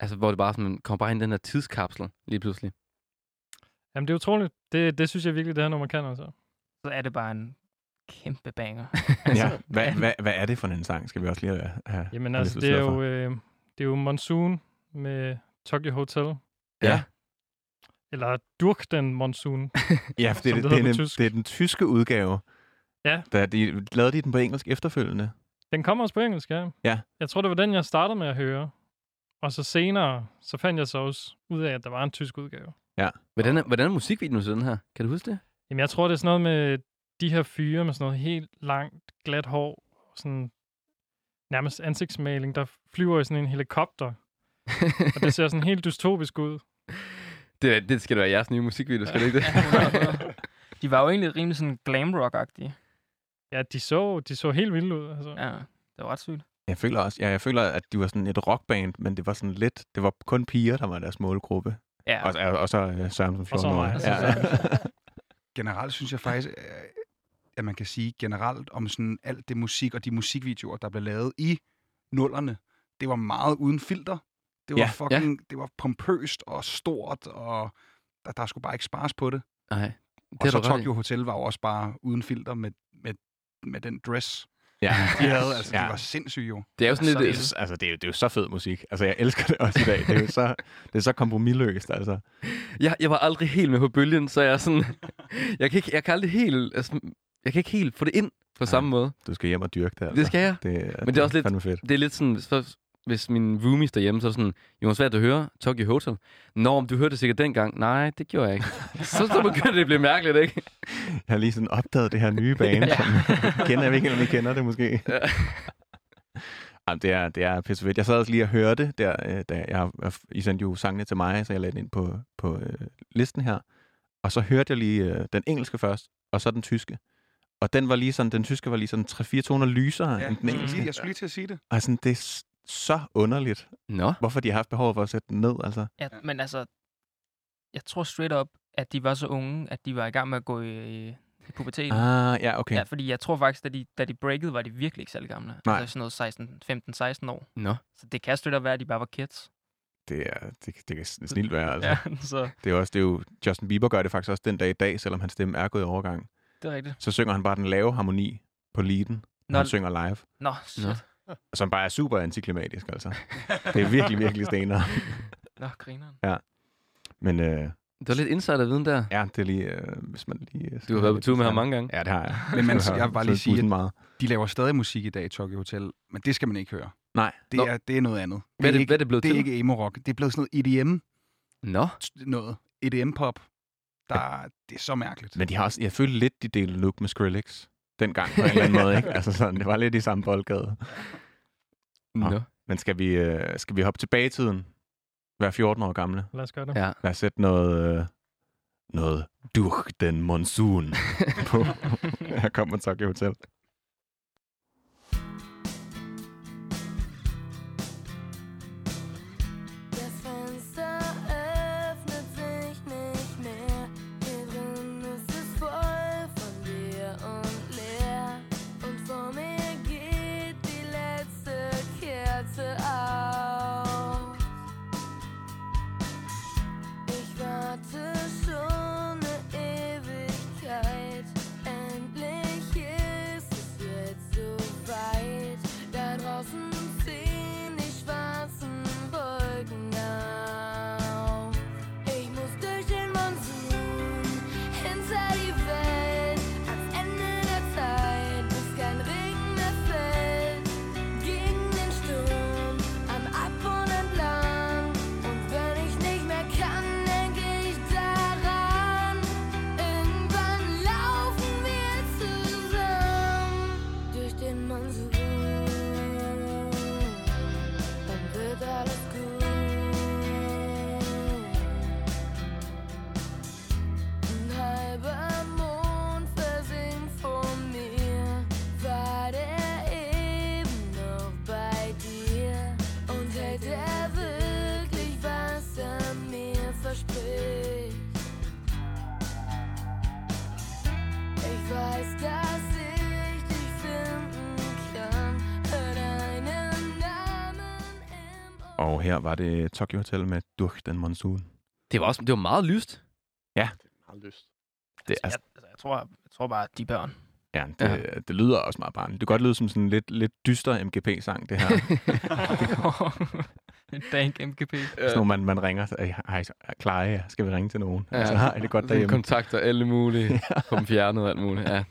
Speaker 2: Altså, hvor det bare sådan, man kommer bare ind i den her tidskapsel lige pludselig.
Speaker 4: Jamen, det er utroligt. Det, det synes jeg virkelig, det her nummer kan altså.
Speaker 5: Så er det bare en kæmpe banger. Altså,
Speaker 1: Ja. Hvad, hvad, hvad er det for en sang, skal vi også lige have- have?
Speaker 4: Altså, Jamen
Speaker 1: have
Speaker 4: altså,
Speaker 1: lidt
Speaker 4: det er,
Speaker 1: slør
Speaker 4: jo,
Speaker 1: for?
Speaker 4: øh, det er jo Monsoon med Tokyo Hotel.
Speaker 1: Ja.
Speaker 4: Eller Durk den Monsoon.
Speaker 1: Ja, for det,
Speaker 4: som det
Speaker 1: det, det, er
Speaker 4: hedder på
Speaker 1: den,
Speaker 4: tysk.
Speaker 1: det er den tyske udgave.
Speaker 4: Ja.
Speaker 1: Da de, lavede de den på engelsk efterfølgende?
Speaker 4: Den kommer også på engelsk, ja.
Speaker 1: Ja.
Speaker 4: Jeg tror, det var den, jeg startede med at høre. Og så senere, så fandt jeg så også ud af, at der var en tysk udgave.
Speaker 2: Hvordan er, hvordan er musikvideoen til den her? Kan du huske det?
Speaker 4: Jamen, jeg tror, det er sådan noget med de her fyre med sådan noget helt langt, glat hår, og sådan nærmest ansigtsmaling, der flyver i sådan en helikopter, og det ser sådan helt dystopisk ud.
Speaker 2: det, det skal da være jeres nye musikvideo, skal det ikke det?
Speaker 5: De var jo egentlig rimelig sådan glam rock-agtige.
Speaker 4: Ja, de så, de så helt vildt ud. Altså. Ja.
Speaker 5: Ja, det var ret sygt.
Speaker 1: Jeg føler også, ja, jeg føler, at de var sådan et rockband, men det var sådan lidt, det var kun piger, der var deres målgruppe.
Speaker 5: Ja,
Speaker 1: Og, og, og så øh, Søren som
Speaker 4: Og så
Speaker 1: 14 år.
Speaker 4: mig.
Speaker 1: Ja.
Speaker 3: Generelt synes jeg faktisk, øh, at man kan sige generelt om sådan alt det musik og de musikvideoer, der blev lavet i nullerne, det var meget uden filter. Det var
Speaker 1: Ja,
Speaker 3: fucking, det var pompøst og stort, og der, der skulle bare ikke spares på det.
Speaker 2: Nej, det
Speaker 3: Og
Speaker 2: er
Speaker 3: så
Speaker 2: du ret i.
Speaker 3: Tokyo Hotel var jo også bare uden filter med, med, med den dress,
Speaker 1: ja.
Speaker 3: de havde. Altså, ja.
Speaker 1: Ja.
Speaker 3: de var sindssyge jo.
Speaker 2: Det er jo sådan lidt...
Speaker 1: Det, er- altså, det er, jo, det er jo så fed musik. Altså, jeg elsker det også i dag. Det er jo så, det er så kompromilløst, altså.
Speaker 2: jeg, jeg var aldrig helt med på bølgen, så jeg er sådan... jeg, kan ikke, jeg kan aldrig helt... Altså, jeg kan ikke helt få det ind på
Speaker 1: Nej.
Speaker 2: samme måde.
Speaker 1: Du skal hjem og dyrke det, altså.
Speaker 2: Det skal jeg.
Speaker 1: Det, er-
Speaker 2: Men det er også lidt-
Speaker 1: fandme fedt.
Speaker 2: Det er lidt sådan... Så, hvis min roomies derhjemme, så er det sådan, Jonas, hvad er det, du hører? Tokyo Hotel. Nå, men du hørte det sikkert dengang. Nej, det gjorde jeg ikke. så, så begyndte det at blive mærkeligt, ikke?
Speaker 1: Jeg har lige sådan opdaget det her nye bane, ja. som kender jeg ikke, om I kender det måske.
Speaker 2: Ja.
Speaker 1: Jamen, det er, det er pissefedt. Jeg sad også lige og hørte det, der, øh, da jeg, I sendte jo sangene til mig, så jeg lagde den ind på, på øh, listen her. Og så hørte jeg lige øh, den engelske først, og så den tyske. Og den var lige sådan, den tyske var lige sådan 3-4 toner lysere ja.
Speaker 3: Ja,
Speaker 1: end den
Speaker 3: jeg, skulle
Speaker 1: engelske.
Speaker 3: lige, jeg skulle lige til at sige det.
Speaker 1: Og sådan, det er s- så underligt,
Speaker 2: Nå.
Speaker 1: hvorfor de har haft behov for at sætte den ned, altså.
Speaker 5: ja, men altså, jeg tror straight up, at de var så unge, at de var i gang med at gå i, i puberteten.
Speaker 1: Ah, ja, okay.
Speaker 5: Ja, fordi jeg tror faktisk, da de, da de breakede, var de virkelig ikke særlig gamle.
Speaker 1: Nej.
Speaker 5: Altså sådan noget 16, 15-16 år.
Speaker 2: Nå.
Speaker 5: Så det kan støtte at være, at de bare var kids.
Speaker 1: Det, er, det, det kan snilt være, altså. Ja.
Speaker 5: Ja, så
Speaker 1: Det er, også, det er jo, Justin Bieber gør det faktisk også den dag i dag, selvom hans stemme er gået i overgang.
Speaker 5: det er rigtigt.
Speaker 1: Så synger han bare den lave harmoni på leaden, når
Speaker 5: Nå,
Speaker 1: han synger live.
Speaker 5: nå, shit.
Speaker 2: Nå.
Speaker 5: Nå.
Speaker 1: Som bare er super antiklimatisk, altså. Det er virkelig, virkelig stener.
Speaker 5: nå grineren.
Speaker 1: Men øh,
Speaker 2: Det var lidt insiderviden der.
Speaker 1: ja, det er lige... Øh, hvis man lige øh,
Speaker 2: Du har været på tur med ham mange gange.
Speaker 1: Ja, det har jeg.
Speaker 3: Men man,
Speaker 1: Du har
Speaker 3: jeg vil bare lige
Speaker 1: siddet i
Speaker 3: sige,
Speaker 1: bussen
Speaker 3: at
Speaker 1: meget.
Speaker 3: de laver stadig musik i dag i Tokyo Hotel, men det skal man ikke høre.
Speaker 1: Nej.
Speaker 3: Det,
Speaker 2: Nå.
Speaker 3: er, det er noget andet.
Speaker 2: Hvad er det,
Speaker 3: ikke,
Speaker 2: hvad er det blevet
Speaker 3: det er
Speaker 2: til?
Speaker 3: ikke emo-rock. Det er blevet sådan noget E EDM,
Speaker 2: Nå.
Speaker 3: noget E EDM-pop. Der, det er så mærkeligt.
Speaker 1: Men de har også, jeg følte lidt, de delte look med Skrillex dengang på en eller anden måde. Ikke? Altså sådan, det var lidt i samme boldgade. Nå.
Speaker 2: Nå.
Speaker 1: Men skal vi, øh, skal vi hoppe tilbage i tiden? Være 14 år gamle?
Speaker 4: Lad os gøre det.
Speaker 2: Ja.
Speaker 1: Lad os sætte noget, øh, noget durch den monsun på. Her kommer Tokyo Hotel.
Speaker 10: Das Fenster öffnet sich nicht mehr. Hier drin ist es voll von dir und leer. Und vor mir geht die letzte Kerze aus. Ich warte schon eine Ewigkeit. Endlich ist es jetzt soweit. Da draußen ziehen die schwarzen Wolken auf. Ich muss durch den Monsun hinter die Welt. Ans Ende der Zeit, bis kein Regen mehr fällt. Gegen den Sturm, am Abgrund entlang. Und wenn ich nicht mehr kann, denke ich daran. Irgendwann laufen wir zusammen durch den Monsun. Dann wird alles gut. Ein halber Mond versinkt vor mir. War der eben noch bei dir? Und hält er wirklich, was er mir verspricht? Ich weiß, dass ich dich finden kann. Hör deinen Namen im Ohr.
Speaker 1: Og her var det Tokyo Hotel med durch den monsun.
Speaker 2: Det var, også, det var meget lyst.
Speaker 6: Har lyst.
Speaker 1: Det, er,
Speaker 5: Altså, jeg, altså, jeg, tror, jeg tror bare, at de børn.
Speaker 1: ja, det, ja. det lyder også meget barnligt. Det kan godt lyde som sådan en lidt, lidt dyster MGP-sang, det her.
Speaker 5: En dank MGP.
Speaker 1: Sådan, når man, man ringer, så, "Ej, hej, så- klarer jeg, skal vi ringe til nogen?
Speaker 2: Ja.
Speaker 1: Ja. Altså, har I det godt derhjemme?
Speaker 2: kontakter alle mulige. Få dem fjernet og alt muligt. Ja.
Speaker 1: Ja,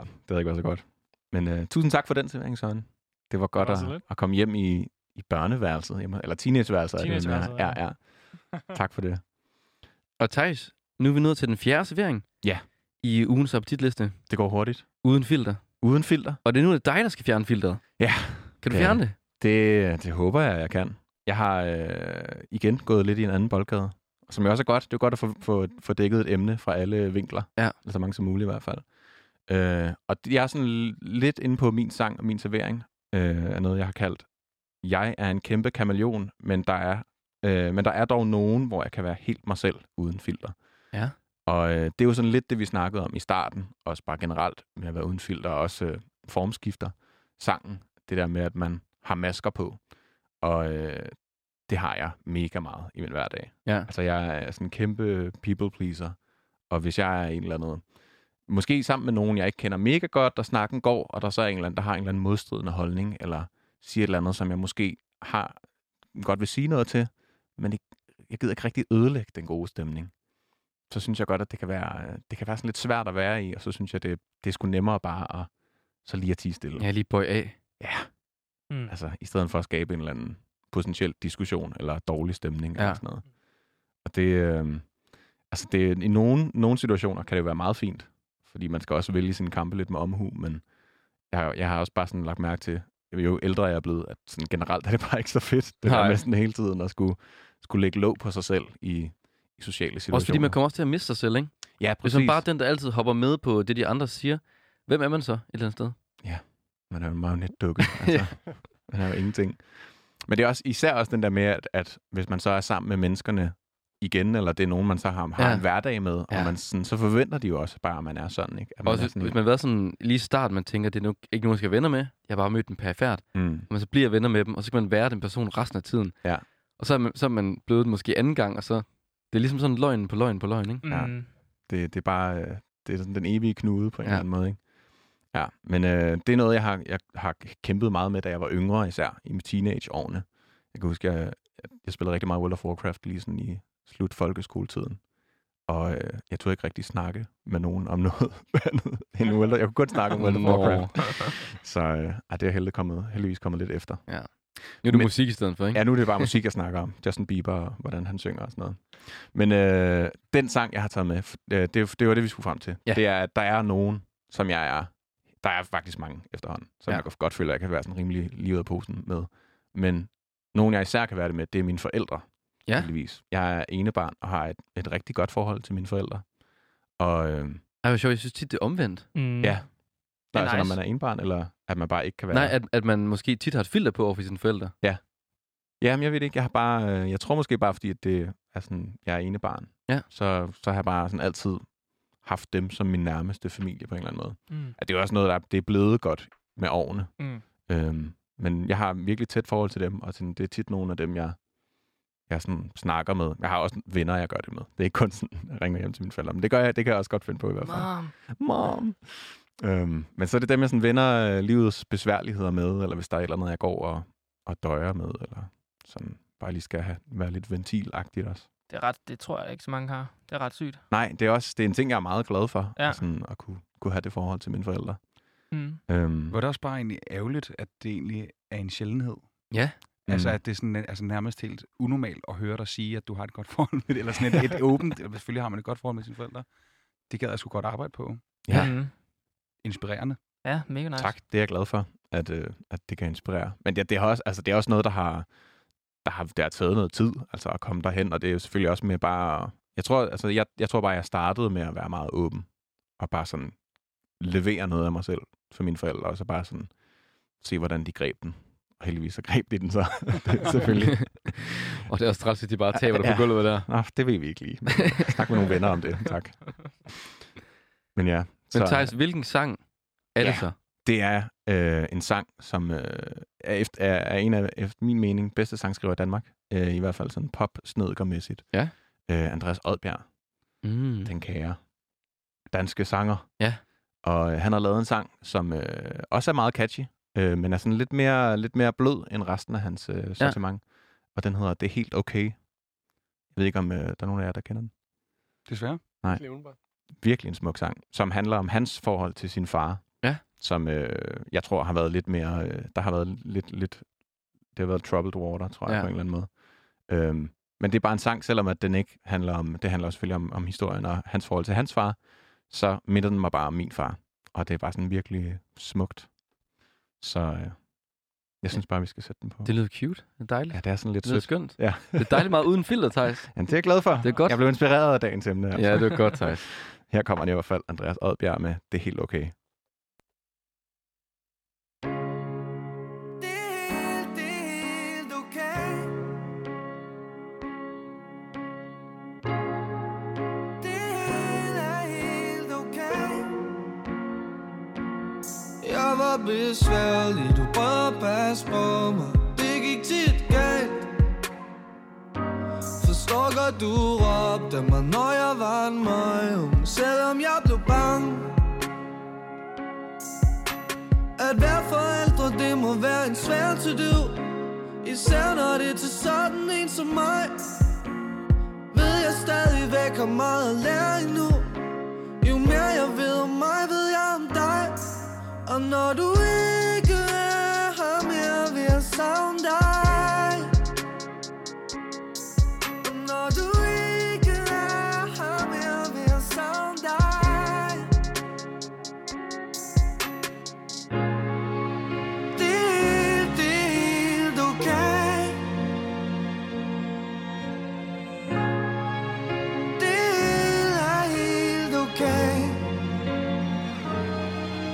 Speaker 1: det havde ikke været så godt. Men uh, tusind tak for den servering, Søren. Det var godt
Speaker 4: var så
Speaker 1: at,
Speaker 4: lidt.
Speaker 1: at komme hjem i, i børneværelset, hjemme, eller teenageværelset. er det vel mere.
Speaker 4: Teenageværelset,
Speaker 1: Ja, ja. Tak for det.
Speaker 2: Og Thijs, nu er vi nået til den fjerde servering.
Speaker 1: Ja.
Speaker 2: I ugens appetitliste.
Speaker 1: Det går hurtigt.
Speaker 2: Uden filter.
Speaker 1: Uden filter?
Speaker 2: Og det er nu det er dig, der skal fjerne filteret.
Speaker 1: Ja.
Speaker 2: Kan du
Speaker 1: Det er
Speaker 2: fjerne det?
Speaker 1: Det, det håber jeg, jeg kan. Jeg har øh, igen gået lidt i en anden boldgade, som jo også er godt. Det er jo godt at få, få, få dækket et emne fra alle vinkler.
Speaker 2: Ja.
Speaker 1: Eller så mange som muligt i hvert fald. Øh, og jeg er sådan l- lidt inde på min sang og min servering øh, er noget, jeg har kaldt Jeg er en kæmpe kameleon, men der er, øh, men der er dog nogen, hvor jeg kan være helt mig selv uden filter.
Speaker 2: Ja.
Speaker 1: Og øh, det er jo sådan lidt det, vi snakkede om i starten, også bare generelt med at være uden filter, og også øh, formskifter sangen. Det der med, at man har masker på. Og øh, det har jeg mega meget i min hverdag.
Speaker 2: Ja.
Speaker 1: Altså, jeg er sådan en kæmpe people pleaser. Og hvis jeg er en eller anden, måske sammen med nogen, jeg ikke kender mega godt, og snakken går, og der så er en eller anden, der har en eller anden modstridende holdning, eller siger et eller andet, som jeg måske har godt vil sige noget til, men ikke, jeg gider ikke rigtig ødelægge den gode stemning. Så synes jeg godt, at det kan være, øh, det kan være sådan lidt svært at være i, og så synes jeg, det, det er sgu nemmere bare at så lige at tige stille.
Speaker 2: Ja, lige bøj af.
Speaker 1: ja.
Speaker 5: Mm.
Speaker 1: Altså, i stedet for at skabe en eller anden potentiel diskussion eller dårlig stemning ja.
Speaker 2: Ja.
Speaker 1: eller sådan noget. Og det, øh, altså det, i nogle, nogle situationer kan det jo være meget fint, fordi man skal også vælge sine kampe lidt med omhu, men jeg, har- jeg har også bare sådan lagt mærke til, jo ældre jeg er blevet, at sådan generelt er det bare ikke så fedt. Det
Speaker 2: Nej.
Speaker 1: er næsten hele tiden at skulle, skulle lægge låg på sig selv i, i sociale situationer.
Speaker 2: Også fordi man kommer også til at miste sig selv, ikke?
Speaker 1: Ja,
Speaker 2: Hvis
Speaker 1: præcis.
Speaker 2: man bare er den, der altid hopper med på det, de andre siger. Hvem er man så et eller andet sted?
Speaker 1: Man er jo en marionetdukke. Altså, man er jo ingenting. Men det er også, især også den der med, at, at hvis man så er sammen med menneskerne, igen, eller det er nogen, man så har, har
Speaker 2: Ja.
Speaker 1: ja. en hverdag med, og
Speaker 2: Ja.
Speaker 1: ja. man sådan, så forventer de jo også bare, at man er sådan. Ikke? At man
Speaker 2: Også
Speaker 1: er
Speaker 2: hvis,
Speaker 1: sådan
Speaker 2: hvis man har været sådan lige i starten, man tænker, det er nu ikke nogen, jeg skal være venner med. Jeg har bare mødt dem perifært.
Speaker 1: Mm.
Speaker 2: Og man så bliver venner med dem, og så kan man være den person resten af tiden.
Speaker 1: Ja.
Speaker 2: Og så er man, så er man blevet det måske anden gang, og så... Det er ligesom sådan løgn på løgn på løgn, ikke?
Speaker 1: Ja.
Speaker 5: Mm.
Speaker 1: Det, det er bare øh, det er sådan den evige knude på en
Speaker 2: Ja.
Speaker 1: ja. eller anden måde. Ikke? Ja, men øh, det er noget, jeg har, jeg har kæmpet meget med, da jeg var yngre især, i mine teenageårene. Jeg kan huske, jeg, jeg spillede rigtig meget World of Warcraft lige sådan i slut folkeskoletiden. Og øh, jeg turde ikke rigtig snakke med nogen om noget andet end World of, Jeg kunne godt snakke om World of
Speaker 2: Nå.
Speaker 1: Warcraft. Så øh, ej, det er heldigvis kommet, heldigvis kommet lidt efter.
Speaker 2: Nu er det
Speaker 1: Men-
Speaker 2: musik i stedet for, ikke?
Speaker 1: Ja, nu er det bare musik, jeg snakker om. Justin Bieber, og hvordan han synger og sådan noget. Men øh, den sang, jeg har taget med, f- øh, det, det var det, vi skulle frem til.
Speaker 2: Ja.
Speaker 1: Det er, at der er nogen, som jeg er. Der er faktisk mange efterhånden, som
Speaker 2: Ja.
Speaker 1: ja. jeg godt føler, jeg kan være sådan rimelig lige ud af posen med. Men nogen, jeg især kan være det med, det er mine forældre.
Speaker 2: Ja.
Speaker 1: Heldigvis. Jeg er enebarn og har et, et rigtig godt forhold til mine forældre. Og øh,
Speaker 2: Ej, hvor sjovt. Jeg synes tit, det er omvendt.
Speaker 5: Mm.
Speaker 1: Ja. der er altså,
Speaker 5: nice.
Speaker 1: når man er enebarn, eller at man bare ikke kan være
Speaker 2: Nej, at, at man måske tit har et filter på over for sine forældre.
Speaker 1: Jamen, jeg ved det ikke. Jeg har bare, øh, jeg tror måske bare, fordi at det er sådan, jeg er ene barn.
Speaker 2: Ja.
Speaker 1: Så, så har jeg bare sådan altid haft dem som min nærmeste familie på en eller anden måde.
Speaker 5: Mm.
Speaker 1: At det er jo også noget, der er, det er blevet godt med årene.
Speaker 5: Mm.
Speaker 1: Øhm, men jeg har virkelig tæt forhold til dem, og sådan, det er tit nogle af dem, jeg, jeg sådan snakker med. Jeg har også venner, jeg gør det med. Det er ikke kun sådan, at jeg ringer hjem til mine forældre, men det, gør jeg, det kan jeg også godt finde på i hvert fald.
Speaker 5: Mom.
Speaker 1: Mom. Øhm, men så er det dem, jeg sådan vender øh, livets besværligheder med, eller hvis der er et eller andet, jeg går og, og døjer med, eller sådan bare lige skal have, være lidt ventilagtigt også.
Speaker 5: Det, er ret, det tror jeg ikke, så mange har. Det er ret sygt.
Speaker 1: Nej, det er også det er en ting, jeg er meget glad for,
Speaker 5: Ja.
Speaker 1: ja. sådan, at kunne, kunne have det forhold til mine forældre.
Speaker 5: Mm.
Speaker 1: Øhm,
Speaker 3: Hvor det også bare egentlig ærgerligt, at det egentlig er en sjældenhed.
Speaker 2: Ja.
Speaker 3: Altså,
Speaker 1: Mm.
Speaker 3: at det er sådan, altså nærmest helt unormalt at høre dig sige, at du har et godt forhold med det, eller sådan et, et åbent, eller selvfølgelig har man et godt forhold med sine forældre. Det gad jeg sgu godt arbejde på.
Speaker 1: Ja.
Speaker 5: Mm.
Speaker 3: Inspirerende.
Speaker 5: Ja, mega nice.
Speaker 1: Tak, det er jeg glad for, at, øh, at det kan inspirere. Men det, det, har også, altså, det er også noget, der har, der har, der har taget noget tid altså at komme derhen, og det er jo selvfølgelig også med bare... Jeg tror, altså, jeg, jeg tror bare, jeg startede med at være meget åben, og bare sådan levere noget af mig selv for mine forældre, og så bare sådan se, hvordan de greb den. Og heldigvis så greb de den så, det, er selvfølgelig.
Speaker 2: og det er også træls, at de bare taber dig på
Speaker 1: Ja.
Speaker 2: gulvet der.
Speaker 1: Nå, det ved vi ikke lige. Men, øh, Snak med nogle venner om det, tak. Men ja,
Speaker 2: Men Thijs, hvilken sang er det
Speaker 1: Ja.
Speaker 2: så?
Speaker 1: Det er øh, en sang, som øh, er, efter, er, er en af, efter min mening, bedste sangskriver i Danmark. Øh, I hvert fald sådan pop snedkermæssigt
Speaker 2: Ja.
Speaker 1: Øh, Andreas Odbjerg,
Speaker 2: Mm.
Speaker 1: den kære danske sanger.
Speaker 2: Ja.
Speaker 1: Og øh, han har lavet en sang, som øh, også er meget catchy, øh, men er sådan lidt mere, lidt mere blød end resten af hans øh, sortiment. Ja. Og den hedder Det er helt okay. Jeg ved ikke, om øh, der er nogen af jer, der kender den.
Speaker 3: Desværre.
Speaker 1: Virkelig en smuk sang, som handler om hans forhold til sin far som øh, jeg tror har været lidt mere, øh, der har været lidt, lidt, det har været troubled water, tror jeg,
Speaker 2: Ja.
Speaker 1: ja. på en eller anden måde. Øhm, men det er bare en sang, selvom at den ikke handler om, det handler selvfølgelig om, om historien og hans forhold til hans far, så minder den mig bare om min far. Og det er bare sådan virkelig smukt. Så øh, jeg synes bare, vi skal sætte den på.
Speaker 2: Det lyder cute. Det er dejligt.
Speaker 1: ja, det er sådan lidt
Speaker 2: Det lyder
Speaker 1: sødt.
Speaker 2: skønt.
Speaker 1: Ja.
Speaker 2: Det er dejligt meget uden filter, Thijs.
Speaker 1: Men det er jeg glad for.
Speaker 2: Det er godt.
Speaker 1: Jeg blev inspireret af dagens emne. Altså.
Speaker 2: Ja, det er godt, Thijs.
Speaker 1: Her kommer han i hvert fald, Andreas Odbjerg, med Det er helt okay.
Speaker 7: Det er helt, det er helt okay. Det hele er helt okay. Jeg var besværlig, du prøvede at passe på mig Det gik tit galt Forstår godt, du råbte af mig, når jeg var en møgung Selvom jeg blev bange At være forældre, det må være en svær to do Især når det er til sådan en som mig Ved jeg stadigvæk har meget at lære endnu Jo mere jeg ved om mig, ved jeg om dig Og når du ikke er her mere, vil jeg savne dig Og når du ikke er her mere, vil jeg savne dig Det er helt, det er helt okay. Det hele er helt okay.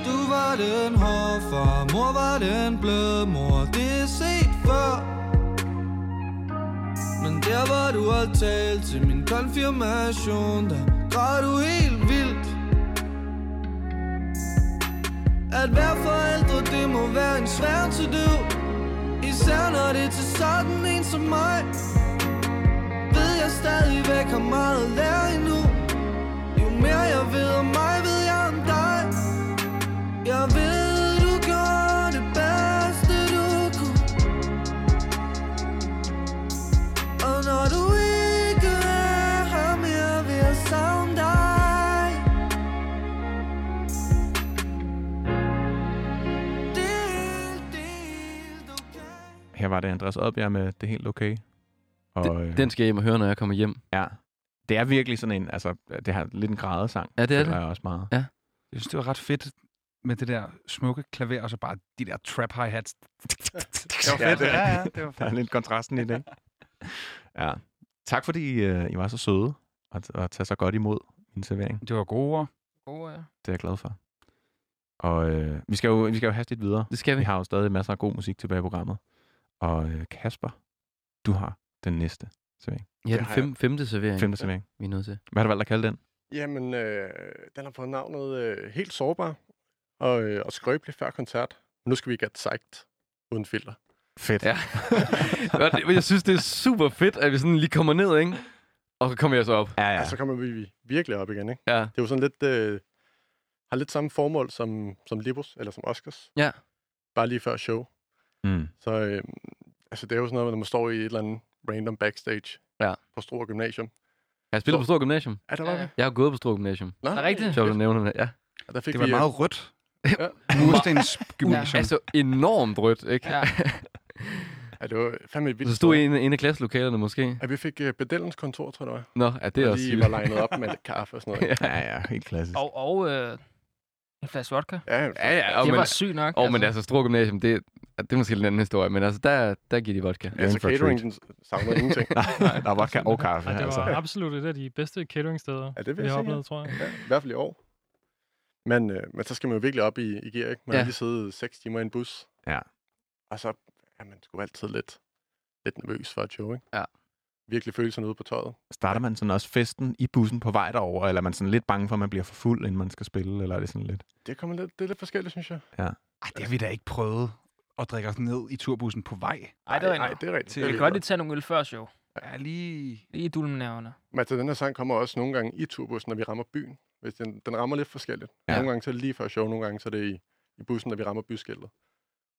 Speaker 7: Du var den hårde far, mor var den bløde mor, det er set før. Men der var du optaget til min konfirmation Der var du helt vildt At være forældre, det må være en svær til du Især når det er til sådan en som mig Ved jeg stadigvæk har meget at lære endnu Jo mere jeg ved om mig, ved jeg om dig Jeg ved, du gjorde det bedste, du kunne Og når du ikke er her mere, vil jeg savne dig
Speaker 1: Her var det Andreas Oddbjerg med Det er helt okay. Og, øh,
Speaker 2: Den skal jeg hjem og høre, når jeg kommer hjem.
Speaker 1: Ja. Det er virkelig sådan en, altså, det har lidt en grædesang.
Speaker 2: Ja, det er
Speaker 1: føler
Speaker 2: det.
Speaker 1: Jeg også meget.
Speaker 3: Jeg synes, det var ret fedt med det der smukke klaver, og så bare de der trap hi-hats. Det var
Speaker 1: Ja,
Speaker 3: fedt.
Speaker 1: det er
Speaker 3: Ja, ja, det var
Speaker 1: Der er
Speaker 3: fedt.
Speaker 1: lidt kontrasten i det, ikke? Ja. Tak fordi øh, I var så søde og, og tage så godt imod min servering.
Speaker 3: Det var gode ord.
Speaker 5: Gode, ja.
Speaker 1: Det er jeg glad for. Og øh, vi, skal jo, vi skal jo hastigt videre.
Speaker 2: Det skal
Speaker 1: Vi
Speaker 2: vi.
Speaker 1: har jo stadig masser af god musik tilbage i programmet. Og øh, Kasper, du har den næste servering.
Speaker 2: Ja,
Speaker 6: Det
Speaker 2: den
Speaker 6: har
Speaker 2: fem, femte servering,
Speaker 1: Femte servering.
Speaker 2: vi er nødt til.
Speaker 1: Hvad har du valgt at kalde den?
Speaker 6: Jamen, øh, den har fået navnet øh, Helt Sårbar og, øh, og Skrøbelig før koncert. Men nu skal vi ikke have sejt uden filter.
Speaker 1: Fedt.
Speaker 2: Ja. Og det- Jeg synes, det er super fedt, at vi sådan lige kommer ned, ikke? Og så kommer jeg så op.
Speaker 1: ja,
Speaker 6: Ja.
Speaker 1: ja.
Speaker 6: Og så kommer vi- vi virkelig op igen, ikke?
Speaker 2: Ja.
Speaker 6: Det er jo sådan lidt... Øh, har lidt samme formål som, som Libos, eller som Oscars.
Speaker 2: Ja.
Speaker 6: Bare lige før show.
Speaker 1: Mm.
Speaker 6: Så øh, altså, det er jo sådan noget, når man står i et eller andet random backstage
Speaker 2: Ja.
Speaker 6: på Struer Gymnasium.
Speaker 2: Jeg spiller på Stor Gymnasium.
Speaker 6: Er der var
Speaker 5: Ja,
Speaker 6: vi?
Speaker 5: ja.
Speaker 2: Jeg har gået på Stor Gymnasium.
Speaker 6: Nå,
Speaker 5: Er det rigtigt?
Speaker 2: Sjovt, du nævner det. Ja.
Speaker 6: Og der fik
Speaker 3: Det var
Speaker 6: vi, øh,
Speaker 3: meget rødt.
Speaker 6: Ja.
Speaker 3: Murstens gymnasium.
Speaker 2: Altså enormt rødt, ikke?
Speaker 5: Ja.
Speaker 6: Ja, det var fandme et
Speaker 2: Og
Speaker 6: vildt
Speaker 2: Så stod
Speaker 6: sted.
Speaker 2: en, en af klasselokalerne måske.
Speaker 6: Ja, vi fik øh, bedellens kontor, tror jeg, det var.
Speaker 2: Nå, ja, det er også
Speaker 6: lige
Speaker 2: sygt.
Speaker 6: var legnet op med lidt kaffe og sådan noget.
Speaker 1: Ja, ja, helt klassisk.
Speaker 5: Og, og øh, en flaske vodka.
Speaker 6: Ja,
Speaker 2: Ja, ja, og
Speaker 5: det
Speaker 2: men,
Speaker 5: var sygt nok.
Speaker 2: og, men altså, Stor Gymnasium, det, det er måske en anden historie, men altså, der, der giver de vodka.
Speaker 1: Ja,
Speaker 6: altså
Speaker 1: for et
Speaker 6: catering den savner ingenting.
Speaker 1: Nej, der er vodka og kaffe.
Speaker 4: Ej, det var
Speaker 1: altså.
Speaker 4: absolut et af de bedste cateringsteder,
Speaker 6: Ja, det vil
Speaker 4: vi
Speaker 6: jeg
Speaker 4: har
Speaker 6: sige,
Speaker 4: oplevet, tror jeg.
Speaker 6: Ja, I hvert fald i år. Men, øh, men så skal man jo virkelig op i, i gear, ikke? Man ja.
Speaker 2: Ja.
Speaker 6: har lige siddet 6 timer i en bus.
Speaker 1: Ja.
Speaker 6: Og så er man sgu altid lidt, lidt nervøs for at show, ikke?
Speaker 2: Ja.
Speaker 6: Virkelig følelserne ude på tøjet.
Speaker 1: Starter man sådan også festen i bussen på vej derover, eller er man sådan lidt bange for, at man bliver for fuld, inden man skal spille, eller er det sådan lidt...
Speaker 6: Det, kommer lidt, det er lidt forskelligt, synes jeg.
Speaker 3: Ej, det har vi da ikke prøvet at drikke os ned i turbussen på vej.
Speaker 5: Ej, det var
Speaker 6: nej,
Speaker 5: en...
Speaker 6: det er rigtigt.
Speaker 3: Til-
Speaker 6: Det er
Speaker 5: Vi kan
Speaker 6: lidt
Speaker 5: godt lige tage nogle øl før show.
Speaker 3: Ja, lige...
Speaker 5: Lige i dulmenæverne.
Speaker 6: Men altså, den her sang kommer også nogle gange i turbussen, når vi rammer byen. Hvis den, den rammer lidt forskelligt.
Speaker 1: Ja.
Speaker 6: Ja. Nogle gange så er det lige før show, nogle gange så er det i, i bussen, når vi rammer byskiltet.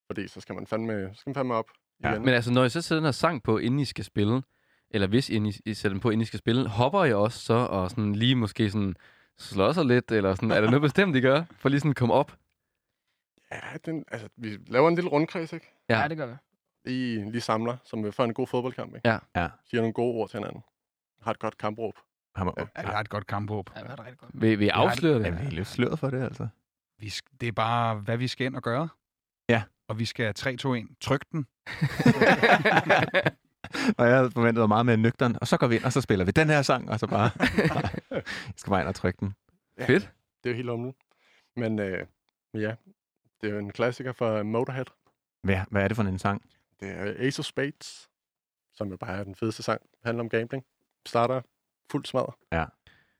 Speaker 6: Fordi så skal man fandme, så skal man fandme op.
Speaker 1: Ja.
Speaker 6: igen.
Speaker 2: Men altså, når I så sætter den her sang på, inden I skal spille, eller hvis inden I, I sætter den på, inden I skal spille, hopper I også så og sådan lige måske sådan slår sig lidt, eller sådan, er der noget bestemt, I gør, for lige sådan at komme op?
Speaker 6: ja den, altså, vi laver en lille rundkreds, ikke?
Speaker 2: Ja.
Speaker 5: Ja, det gør vi.
Speaker 6: Lige, lige samler, som øh, før en god fodboldkamp, ikke?
Speaker 2: Ja.
Speaker 1: Ja.
Speaker 6: Siger nogle gode ord til hinanden. Har et godt kampråb.
Speaker 1: Har man,
Speaker 6: Ja.
Speaker 3: Ja, vi har et godt kampåb.
Speaker 5: Ja, det var det rigtig godt.
Speaker 2: Vil, vil I afsløre
Speaker 1: er
Speaker 2: det?
Speaker 1: vi lidt sløret for det, altså?
Speaker 3: Vi sk- det er bare, hvad vi skal ind og gøre.
Speaker 1: Ja.
Speaker 3: Og vi skal 3, 2, 1. Tryk den.
Speaker 1: Og jeg havde forventet mig meget mere nøgteren. Og så går vi ind, og så spiller vi den her sang, og så bare... jeg skal bare ind og trykke den.
Speaker 2: Fedt.
Speaker 6: Det er jo helt omlet. Men øh, ja, det er jo en klassiker fra Motorhead.
Speaker 1: Hvad, hvad er det for en sang?
Speaker 6: Det er Ace of Spades, som jo bare er den fedeste sang. Det handler om gambling. Starter fuldt smadret.